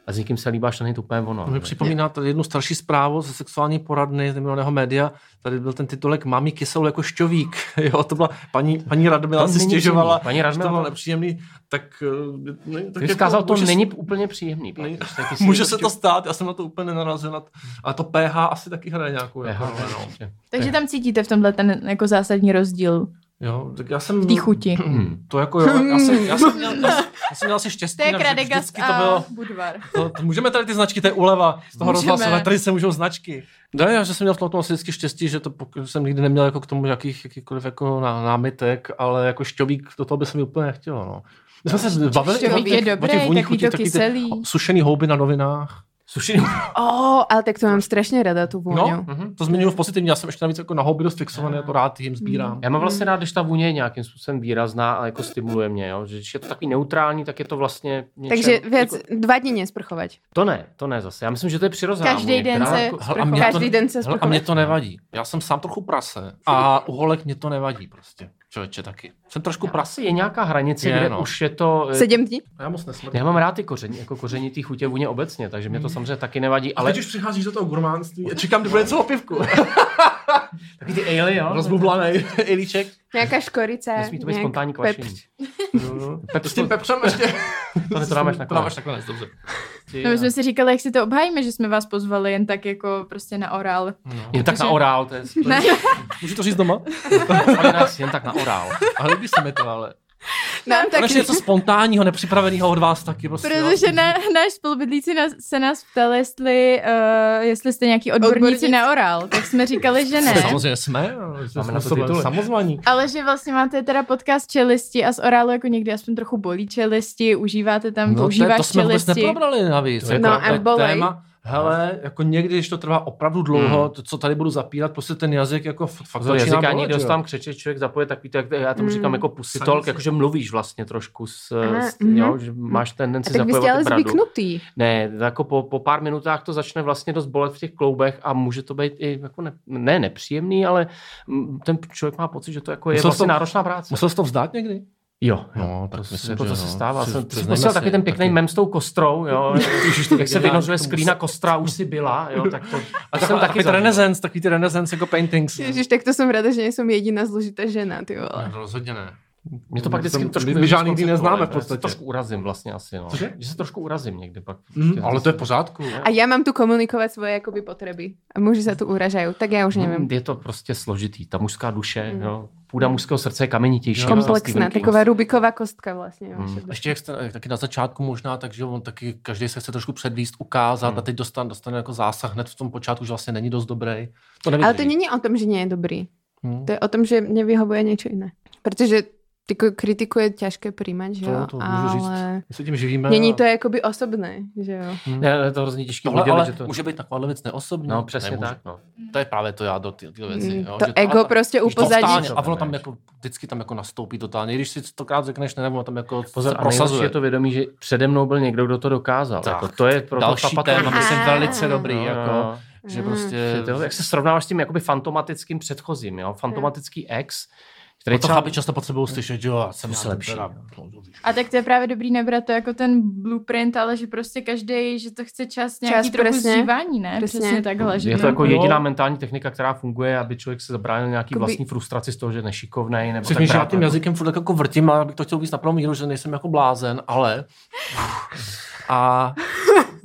Speaker 6: A s někým se líbáš, to není to úplně ono.
Speaker 4: To mi připomíná tady jednu starší zprávu ze sexuální poradny z minulého média. Tady byl ten titulek Mami kyselou jako šťovík. Jo, to byla paní, paní Radmila
Speaker 6: To
Speaker 4: si
Speaker 6: není
Speaker 4: stěžovala,
Speaker 6: příjemný. Paní
Speaker 4: že
Speaker 6: Radmila
Speaker 4: to bylo
Speaker 6: to-
Speaker 4: nepříjemný. Tak, eh, ne, tak
Speaker 6: Ty jsi vzkázal, to
Speaker 4: může se-
Speaker 6: není úplně příjemný.
Speaker 4: není-
Speaker 6: Patrik, taky si-
Speaker 4: Může se to stát, já jsem na to úplně nenarazil. na t- A to pH asi taky hraje nějakou.
Speaker 6: Aha,
Speaker 4: Jako, roli, no.
Speaker 6: prostě.
Speaker 2: Takže tam cítíte v tomhle ten jako zásadní rozdíl
Speaker 4: Jo, tak já jsem...
Speaker 2: v té chuti.
Speaker 6: Hmm.
Speaker 4: To jako jo, já jsem, já jsem, měl, já jsem, já jsem měl asi štěstí.
Speaker 2: To je
Speaker 4: na- že
Speaker 2: Kradegas
Speaker 4: vždycky to bylo,
Speaker 2: a Budvar.
Speaker 4: to, to, No, můžeme tady ty značky, to je úleva z
Speaker 2: Můžeme.
Speaker 4: toho rozhlasu, ale tady se můžou značky. No, já že jsem měl v tom asi vždycky štěstí, že to pok- jsem nikdy neměl jako k tomu jakých, jakýkoliv jako ná, námitek, ale jako šťovík do toho by se mi úplně nechtělo. No. My jsme se bavili i o
Speaker 2: šťovík je
Speaker 4: těch- o
Speaker 2: dobrý,
Speaker 4: těch vůních
Speaker 2: takový
Speaker 4: chutích,
Speaker 2: to
Speaker 4: takový ty
Speaker 2: kyselý.
Speaker 4: Sušený houby na novinách. Sušený,
Speaker 1: Ó, oh, ale tak to mám strašně rada, tú
Speaker 4: no,
Speaker 1: vôňu.
Speaker 4: mhm, to změnilo v pozitivní, já jsem ještě navíc jako na houby dost fixovaný, já to rád jim
Speaker 2: Mm.
Speaker 4: sbírám.
Speaker 6: Já mám vlastně rád, když ta vůně je nějakým způsobem výrazná a jako stimuluje mě, jo? že když je to takový neutrální, tak je to vlastně něčem,
Speaker 1: Takže viac
Speaker 6: jako,
Speaker 1: dva dní nesprchovať.
Speaker 6: To ne, to ne zase. Já myslím, že to je přirozená
Speaker 2: Každý
Speaker 6: vůně,
Speaker 2: den
Speaker 6: která
Speaker 2: se
Speaker 6: jako-
Speaker 4: Hele, a mě
Speaker 2: sprchovat.
Speaker 1: Každý den sa
Speaker 4: Hele, a mě
Speaker 1: sprchovať.
Speaker 4: to nevadí. Já jsem sám trochu prase a u holek mě to nevadí prostě. Člověče taky. Jsem trošku prase.
Speaker 6: Asi jako je nějaká hranice,
Speaker 4: Je,
Speaker 6: je, kde
Speaker 4: no.
Speaker 6: no. už je to... eh,
Speaker 1: Sedem dní?
Speaker 4: Já moc nesmrdím.
Speaker 6: Já mám rád ty koření, jako kořenitý chutě vůně obecně, takže mě to
Speaker 2: Mhm.
Speaker 6: samozřejmě taky nevadí,
Speaker 4: Ale
Speaker 6: ale
Speaker 4: teď už přicházíš do toho gurmánství a čekám, kdy bude něco o pivku.
Speaker 6: taky ty ale jo?
Speaker 4: Rozbublaný ilíček.
Speaker 1: Nejaká škorica,
Speaker 6: Nesmí to být
Speaker 1: nejak
Speaker 6: spontánní kvašení. Mhm.
Speaker 1: pepř.
Speaker 4: S tím pepřem ještě.
Speaker 6: To ne, to dáváš na
Speaker 4: To
Speaker 6: konec.
Speaker 4: dáváš nakonec, dobře.
Speaker 2: No my jsme si říkali, jak si to obhájíme, že jsme vás pozvali jen tak jako prostě na orál.
Speaker 6: Jen tak na orál, to je...
Speaker 2: Ne.
Speaker 4: Můžu to říct doma?
Speaker 6: Zvali nás jen tak na orál.
Speaker 4: Ale líbí se mi to, ale.
Speaker 1: Nám
Speaker 4: Konečně
Speaker 1: taký...
Speaker 4: něco spontánního, nepřipraveného od vás taky. Prostě,
Speaker 2: Protože na, náš spolubydlící nás, se nás ptal, jestli, uh, jestli jste nějaký odborníci,
Speaker 1: Odborníci.
Speaker 2: na orál, tak jsme říkali, že ne.
Speaker 4: Samozřejmě jsme. ale jsme
Speaker 6: Máme na to
Speaker 4: sobě
Speaker 6: tituly.
Speaker 4: Samozvaní.
Speaker 2: Ale že vlastně máte teda podcast čelisti a z orálu jako někdy aspoň trochu bolí čelisti, užíváte tam,
Speaker 4: No, to, je-
Speaker 2: používáš
Speaker 4: to jsme vůbec
Speaker 2: čelisti.
Speaker 4: neprobrali navíc.
Speaker 6: No,
Speaker 4: jako,
Speaker 1: a
Speaker 4: to je
Speaker 1: bolej.
Speaker 4: téma, hele, jako někdy, když to trvá opravdu dlouho, to, co tady budu zapírat, prostě ten jazyk jako f- fakt
Speaker 6: To
Speaker 4: začíná
Speaker 6: jazyk ani
Speaker 4: bolet,
Speaker 6: dost
Speaker 4: jo.
Speaker 6: tam křeče, člověk zapoje takový, to, jak já tomu
Speaker 1: Mm.
Speaker 6: říkám jako pusy
Speaker 4: Sami
Speaker 6: talk,
Speaker 4: si-
Speaker 6: jakože mluvíš vlastně trošku, s,
Speaker 1: Aha,
Speaker 6: s,
Speaker 1: mhm.
Speaker 6: jo, že máš
Speaker 1: A
Speaker 6: tendenci
Speaker 1: tak vy ste ale
Speaker 6: zapojovat bradu.
Speaker 1: zvyknutí.
Speaker 6: Ne, jako po, po pár minutách to začne vlastně dost bolet v těch kloubech a může to být i jako ne, ne nepříjemný, ale mm, ten člověk má pocit, že to jako je
Speaker 4: Musel jsi
Speaker 6: vlastně
Speaker 4: No to-
Speaker 6: náročná práce.
Speaker 4: Musel jsi to vzdát někdy?
Speaker 6: Jo, jo.
Speaker 4: No, tak
Speaker 6: to,
Speaker 4: myslím,
Speaker 6: jako
Speaker 4: že jo.
Speaker 6: to se stává.
Speaker 4: Si-
Speaker 6: Jsem, jsem
Speaker 4: přiznejme
Speaker 6: musel
Speaker 4: si,
Speaker 6: takový ten pěkný
Speaker 4: taky.
Speaker 6: mem s tou kostrou, jo, jak se
Speaker 4: geniální,
Speaker 6: vynořuje
Speaker 4: to
Speaker 6: z
Speaker 4: musel-
Speaker 6: klína kostra, už si byla, jo, tak to, a to jsem
Speaker 4: Taková-
Speaker 6: taky
Speaker 4: takový ten
Speaker 6: zažil.
Speaker 4: renaissance, takový ty renaissance jako paintings.
Speaker 6: No.
Speaker 1: Ježiš, tak to som rada, že nie som jediná zložitá žena, ty vole.
Speaker 4: Ne, No, rozhodně ne.
Speaker 6: Mě to pak vždycky
Speaker 4: Jsem-
Speaker 6: trošku...
Speaker 4: my- my
Speaker 6: vyhodí z
Speaker 4: žádný nikdy
Speaker 6: konceptu,
Speaker 4: neznáme
Speaker 6: ale
Speaker 4: v
Speaker 6: já se
Speaker 4: podstatě.
Speaker 6: Trošku urazím vlastně asi, no.
Speaker 4: Cože?
Speaker 6: Že se trošku urazím někdy pak.
Speaker 4: Mm, ale to je v pořádku.
Speaker 1: A ja mám tu komunikovať svoje akoby potreby. A muži sa tu uražajú, tak ja už neviem.
Speaker 6: Je to prostě složitý, ta mužská duše, jo. Půda mužského srdce je kamenitější.
Speaker 1: Komplexná,
Speaker 6: Stephen King.
Speaker 1: taková Rubiková kostka vlastne.
Speaker 6: Mm.
Speaker 1: Vaše-
Speaker 4: Ještě jak jste, eh, taky na začátku možná, takže on taky každý se chce trošku předvíst, ukázat
Speaker 6: Hmm.
Speaker 4: a teď dostane, dostane jako zásah hned v tom počátku, že vlastně není dost dobrý. To nevydrží.
Speaker 1: Ale to není o tom, že nie je dobrý.
Speaker 4: Hmm.
Speaker 1: To je o tom, že nevyhovuje niečo iné. Pretože ty ko- kritiku je ťažké príjmať, že
Speaker 4: To-
Speaker 1: jo?
Speaker 4: to No, môžu říct.
Speaker 1: Ale
Speaker 4: My se tím živíme.
Speaker 1: není
Speaker 4: a-
Speaker 1: to jakoby osobné, že jo?
Speaker 6: Ne, ale je to hrozně těžké
Speaker 4: Tohle,
Speaker 6: udělat,
Speaker 4: No, ale
Speaker 6: že to...
Speaker 4: může být takováhle věc neosobní.
Speaker 6: No, přesně
Speaker 4: Nemůže.
Speaker 6: tak, no.
Speaker 4: To je právě to jádro ty, tyhle věci.
Speaker 1: Mm,
Speaker 4: Jo?
Speaker 1: to
Speaker 4: že
Speaker 1: ego
Speaker 4: ale-
Speaker 1: prostě
Speaker 4: když to
Speaker 1: upozadí.
Speaker 4: vstane A ono tam jako, vždycky tam jako nastoupí totálně. I Když si stokrát řekneš, ne, ono tam jako
Speaker 6: Pozor,
Speaker 4: se
Speaker 6: a nejlepší
Speaker 4: prosazuje.
Speaker 6: je to vědomí, že přede mnou byl někdo, kdo to dokázal.
Speaker 4: Tak.
Speaker 6: Jako, to je pro
Speaker 4: Další
Speaker 6: ta patrona-
Speaker 4: téma, myslím,
Speaker 1: Aha.
Speaker 4: velice dobrý.
Speaker 6: No, no,
Speaker 4: Jako,
Speaker 6: no.
Speaker 4: Že
Speaker 1: Mm.
Speaker 4: prostě...
Speaker 6: To, jak se srovnáváš s tím jakoby fantomatickým předchozím, jo? Fantomatický ex, který
Speaker 4: No to
Speaker 6: třeba...
Speaker 4: chápi, často potřebuju slyšet, že jo, já jsem
Speaker 6: Zkus
Speaker 4: já
Speaker 6: lepší, no.
Speaker 4: Teda...
Speaker 2: A tak to je právě dobrý nebrat to jako ten blueprint, ale že prostě každý, že to chce čas nějaký
Speaker 1: Čas,
Speaker 2: čas, trochu
Speaker 1: přesně.
Speaker 2: přesně. zžívání, ne?
Speaker 1: Přesně.
Speaker 2: Přesně, přesně takhle. Že no.
Speaker 6: Je to
Speaker 2: to
Speaker 6: jako
Speaker 4: Jo.
Speaker 6: jediná mentální technika, která funguje, aby člověk se zabránil nějaký
Speaker 1: Jakoby-
Speaker 6: vlastní frustraci z toho, že je nešikovnej. Nebo
Speaker 4: Přesně,
Speaker 6: tak
Speaker 4: že já
Speaker 6: dále.
Speaker 4: tím jazykem furt tak jako vrtím, ale bych to chtěl víc na plnou míru, že nejsem jako blázen, ale... A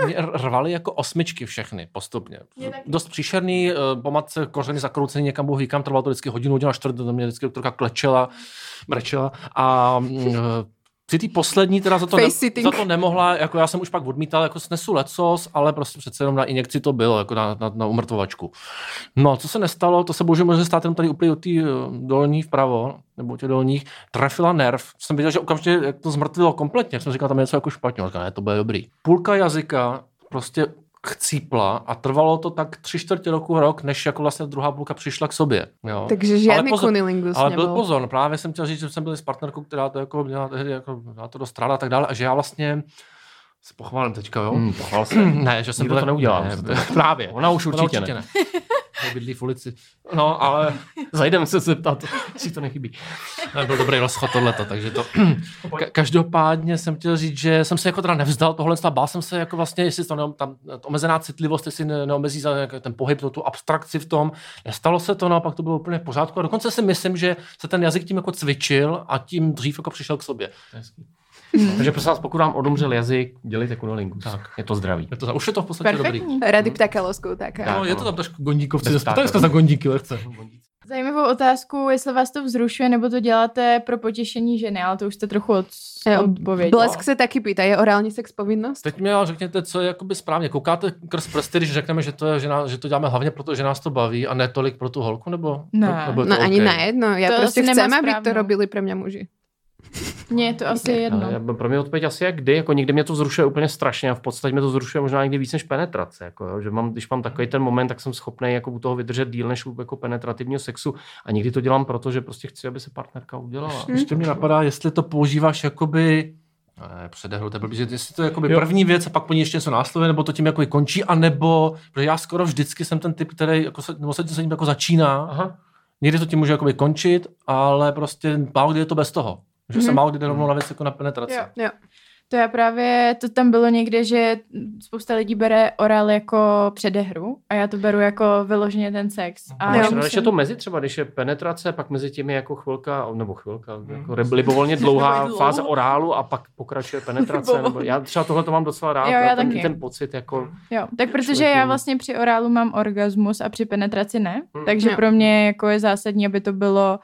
Speaker 4: mě r- rvaly jako osmičky všechny postupně.
Speaker 2: Mě taky.
Speaker 4: Dost příšerný, eh, po matce kořeny zakroucený někam bohu kam trvalo to vždycky hodinu, hodinu a čtvrt, to mě vždycky doktorka klečela, mrečela a mm, eh, při té poslední teda za to,
Speaker 1: Face
Speaker 4: ne,
Speaker 1: sitting.
Speaker 4: za to nemohla, jako já jsem už pak odmítal, jako snesu lecos, ale prostě přece jenom na injekci to bylo, jako na, na, na umrtvovačku. No, co se nestalo, to se bohužel může stát jenom tady úplně od té eh, dolní vpravo, nebo od těch dolních, trefila nerv. Jsem viděl, že okamžitě jak to zmrtvilo kompletně, jsem říkal, tam je něco jako špatně, říkal, ne, to bude dobrý. Půlka jazyka prostě chcípla a trvalo to tak tři čtvrtě roku, rok, než jako vlastně druhá půlka přišla k sobě. Jo.
Speaker 1: Takže žádný
Speaker 4: pozor-
Speaker 1: kunilingus
Speaker 4: Ale byl
Speaker 1: nebyl.
Speaker 4: pozor, no, právě jsem chtěl říct, že jsem byl s partnerkou, která to jako měla tehdy jako, měla to dost ráda a tak dále, a že já vlastně se pochválím teďka, jo?
Speaker 6: Hmm, pochvál se.
Speaker 4: Ne, že jsem
Speaker 6: Nikdo
Speaker 4: byl-
Speaker 6: to neudělá.
Speaker 4: Ne, právě.
Speaker 6: Ona už
Speaker 4: Ona
Speaker 6: určitě, ne.
Speaker 4: ne. Bydlí v ulici. No, ale
Speaker 6: Zajdeme se zeptat, si to nechybí.
Speaker 4: byl dobrý rozchod tohleto, takže to... Ka- Každopádně jsem chtěl říct, že jsem se jako teda nevzdal tohle, a bál jsem se jako vlastně, jestli to neom, tam, ta omezená citlivost, jestli ne, neomezí za nějak ten pohyb, to, tu abstrakci v tom. Nestalo se to, no a pak to bylo úplně v pořádku. A dokonce si myslím, že se ten jazyk tím jako cvičil a tím dřív jako přišel k sobě.
Speaker 6: Takže prosím vás, pokud vám odumřel jazyk, dělejte kunolingus. Hmm. Tak. Je to zdravý.
Speaker 4: Je to, za- už je to v podstatě dobrý.
Speaker 2: perfektní.
Speaker 1: Rady ptaka loskou, tak.
Speaker 6: Tak.
Speaker 1: tak.
Speaker 4: No, je to tam trošku gondíkovci,
Speaker 6: Bez
Speaker 4: zase
Speaker 6: ptáka.
Speaker 4: Ptacka za gondíky lehce.
Speaker 2: Zajímavou otázku, jestli vás to vzrušuje, nebo to děláte pro potěšení ženy, ale to už jste trochu od, odpověděl.
Speaker 1: Blesk se taky pýta, je orální sex povinnost?
Speaker 4: Teď mi ale řekněte, co je jakoby správně. Koukáte krz prsty, když řekneme, že to, je, že, nás, že to děláme hlavně proto, že nás to baví a ne tolik pro tu holku? Nebo,
Speaker 2: Ne.
Speaker 4: nebo je to
Speaker 1: No ani
Speaker 4: OK?
Speaker 1: na jedno. Já
Speaker 2: To
Speaker 1: prostě
Speaker 2: asi nemá
Speaker 1: chcem, aby to
Speaker 2: správnou.
Speaker 1: robili pro mě muži.
Speaker 2: Mně je to asi jedno.
Speaker 6: Ale já- pro mě odpověď asi jak kdy, jako někdy mě to vzrušuje úplně strašně a v podstatě mě to vzrušuje možná někdy víc než penetrace, jako jo, že mám, když mám takový ten moment, tak jsem schopný jako u toho vydržet díl než u jako penetrativního sexu a někdy to dělám proto, že prostě chci, aby se partnerka udělala.
Speaker 4: Ještě mě napadá, jestli to používáš jakoby ne, předehru, to je blbý, že jestli to je jakoby první věc a pak po ní ještě něco následuje, nebo to tím jako končí, anebo, protože já skoro vždycky jsem ten typ, který jako se, nebo se, se tím jako začíná,
Speaker 6: Aha.
Speaker 4: někdy to tím může jakoby končit, ale prostě málo kdy je to bez toho. Že se
Speaker 1: Mhm.
Speaker 4: málo kdy jde rovnou na věc jako na penetraci.
Speaker 2: Jo.
Speaker 1: Jo.
Speaker 2: To já právě, to tam bylo někde, že spousta lidí bere orál jako předehru a já to beru jako vyloženě ten sex. A
Speaker 6: A
Speaker 1: Jo,
Speaker 2: já
Speaker 6: ještě,
Speaker 2: musím-
Speaker 6: ještě No, to mezi třeba, když je penetrace, pak mezi tím je jako chvilka, nebo chvilka,
Speaker 2: Hmm.
Speaker 6: jako re- libovolně dlouhá
Speaker 2: Libovolně
Speaker 6: fáze orálu a pak pokračuje penetrace. Nebo, já třeba tohle to mám docela rád,
Speaker 2: Jo, já
Speaker 6: ten,
Speaker 2: taky.
Speaker 6: ten pocit jako...
Speaker 2: Jo, tak protože
Speaker 6: člověk
Speaker 2: já
Speaker 6: není-
Speaker 2: vlastně při orálu mám orgasmus a při penetraci ne,
Speaker 6: Hmm.
Speaker 2: takže
Speaker 1: Jo.
Speaker 2: pro mě jako je zásadní, aby to bylo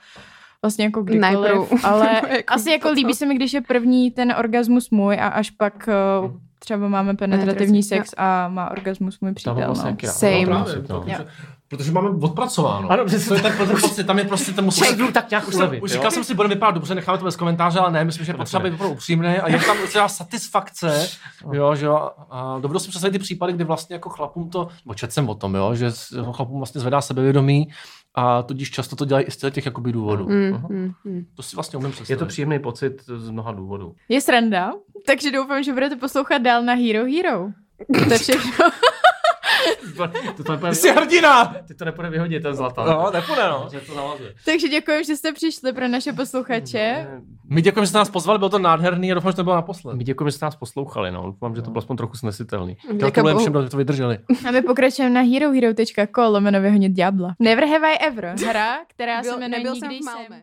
Speaker 2: vlastně jako kdykoliv,
Speaker 1: Najprv.
Speaker 2: ale
Speaker 1: Nebo jako
Speaker 2: asi jako
Speaker 1: potom.
Speaker 2: líbí se mi, když je první ten orgasmus můj a až pak uh,
Speaker 6: Hmm.
Speaker 2: třeba máme penetrativní
Speaker 1: Penetraci,
Speaker 2: sex a má orgasmus můj
Speaker 6: Tam mám
Speaker 2: přítel.
Speaker 6: vlastně
Speaker 2: No.
Speaker 6: nějaký rád,
Speaker 1: Same.
Speaker 6: no,
Speaker 4: Právě,
Speaker 6: pocit, no.
Speaker 4: protože, protože máme odpracováno.
Speaker 6: Ano, přesně.
Speaker 4: to je ten, ten pocit, tam je prostě ten musí...
Speaker 6: Jdu tak nějak
Speaker 4: Už, jsem,
Speaker 6: ulevit,
Speaker 4: už
Speaker 6: jo?
Speaker 4: říkal jsem si, budeme vypadat dobře, necháme to bez komentáře, ale ne, myslím, že je
Speaker 6: To
Speaker 4: potřeba
Speaker 6: nebude.
Speaker 4: být opravdu upřímný a je tam určitá satisfakce, jo, že jo, a dobro jsem přesně ty případy, kdy vlastně jako chlapům to, nebo četl jsem o tom, jo, že s- chlapům vlastně zvedá sebevědomí a tudíž často to dělají i z těch, těch jakoby důvodů.
Speaker 1: Mm,
Speaker 6: Aha.
Speaker 1: mm, mm.
Speaker 4: To si vlastně umím
Speaker 6: Je
Speaker 4: představit.
Speaker 6: to příjemný pocit z mnoha důvodů.
Speaker 2: Je sranda, takže doufám, že budete poslouchat dál na Hero Hero. To je všechno.
Speaker 6: Ty to nepůjde,
Speaker 4: Jsi hrdina!
Speaker 6: ty to nepůjde vyhodit, ten zlatá.
Speaker 4: No, nepůjde, no.
Speaker 6: Že to navazuje.
Speaker 2: takže děkuji, že jste přišli pro naše posluchače.
Speaker 4: My děkujeme, že jste nás pozvali, bylo to nádherný a doufám, že to bylo naposled.
Speaker 6: My děkujeme, že jste nás poslouchali, no. Doufám, že to bylo aspoň trochu snesitelný.
Speaker 1: Jako-
Speaker 4: Gratulujeme všem, kdo to vydrželi.
Speaker 2: A my pokračujeme na herohero.co lomeno vyhonit ďábla. Never have I ever. Hra, která se
Speaker 1: Byl,
Speaker 2: jmenuje
Speaker 1: nebyl jsem
Speaker 2: Nikdy
Speaker 1: v Malme.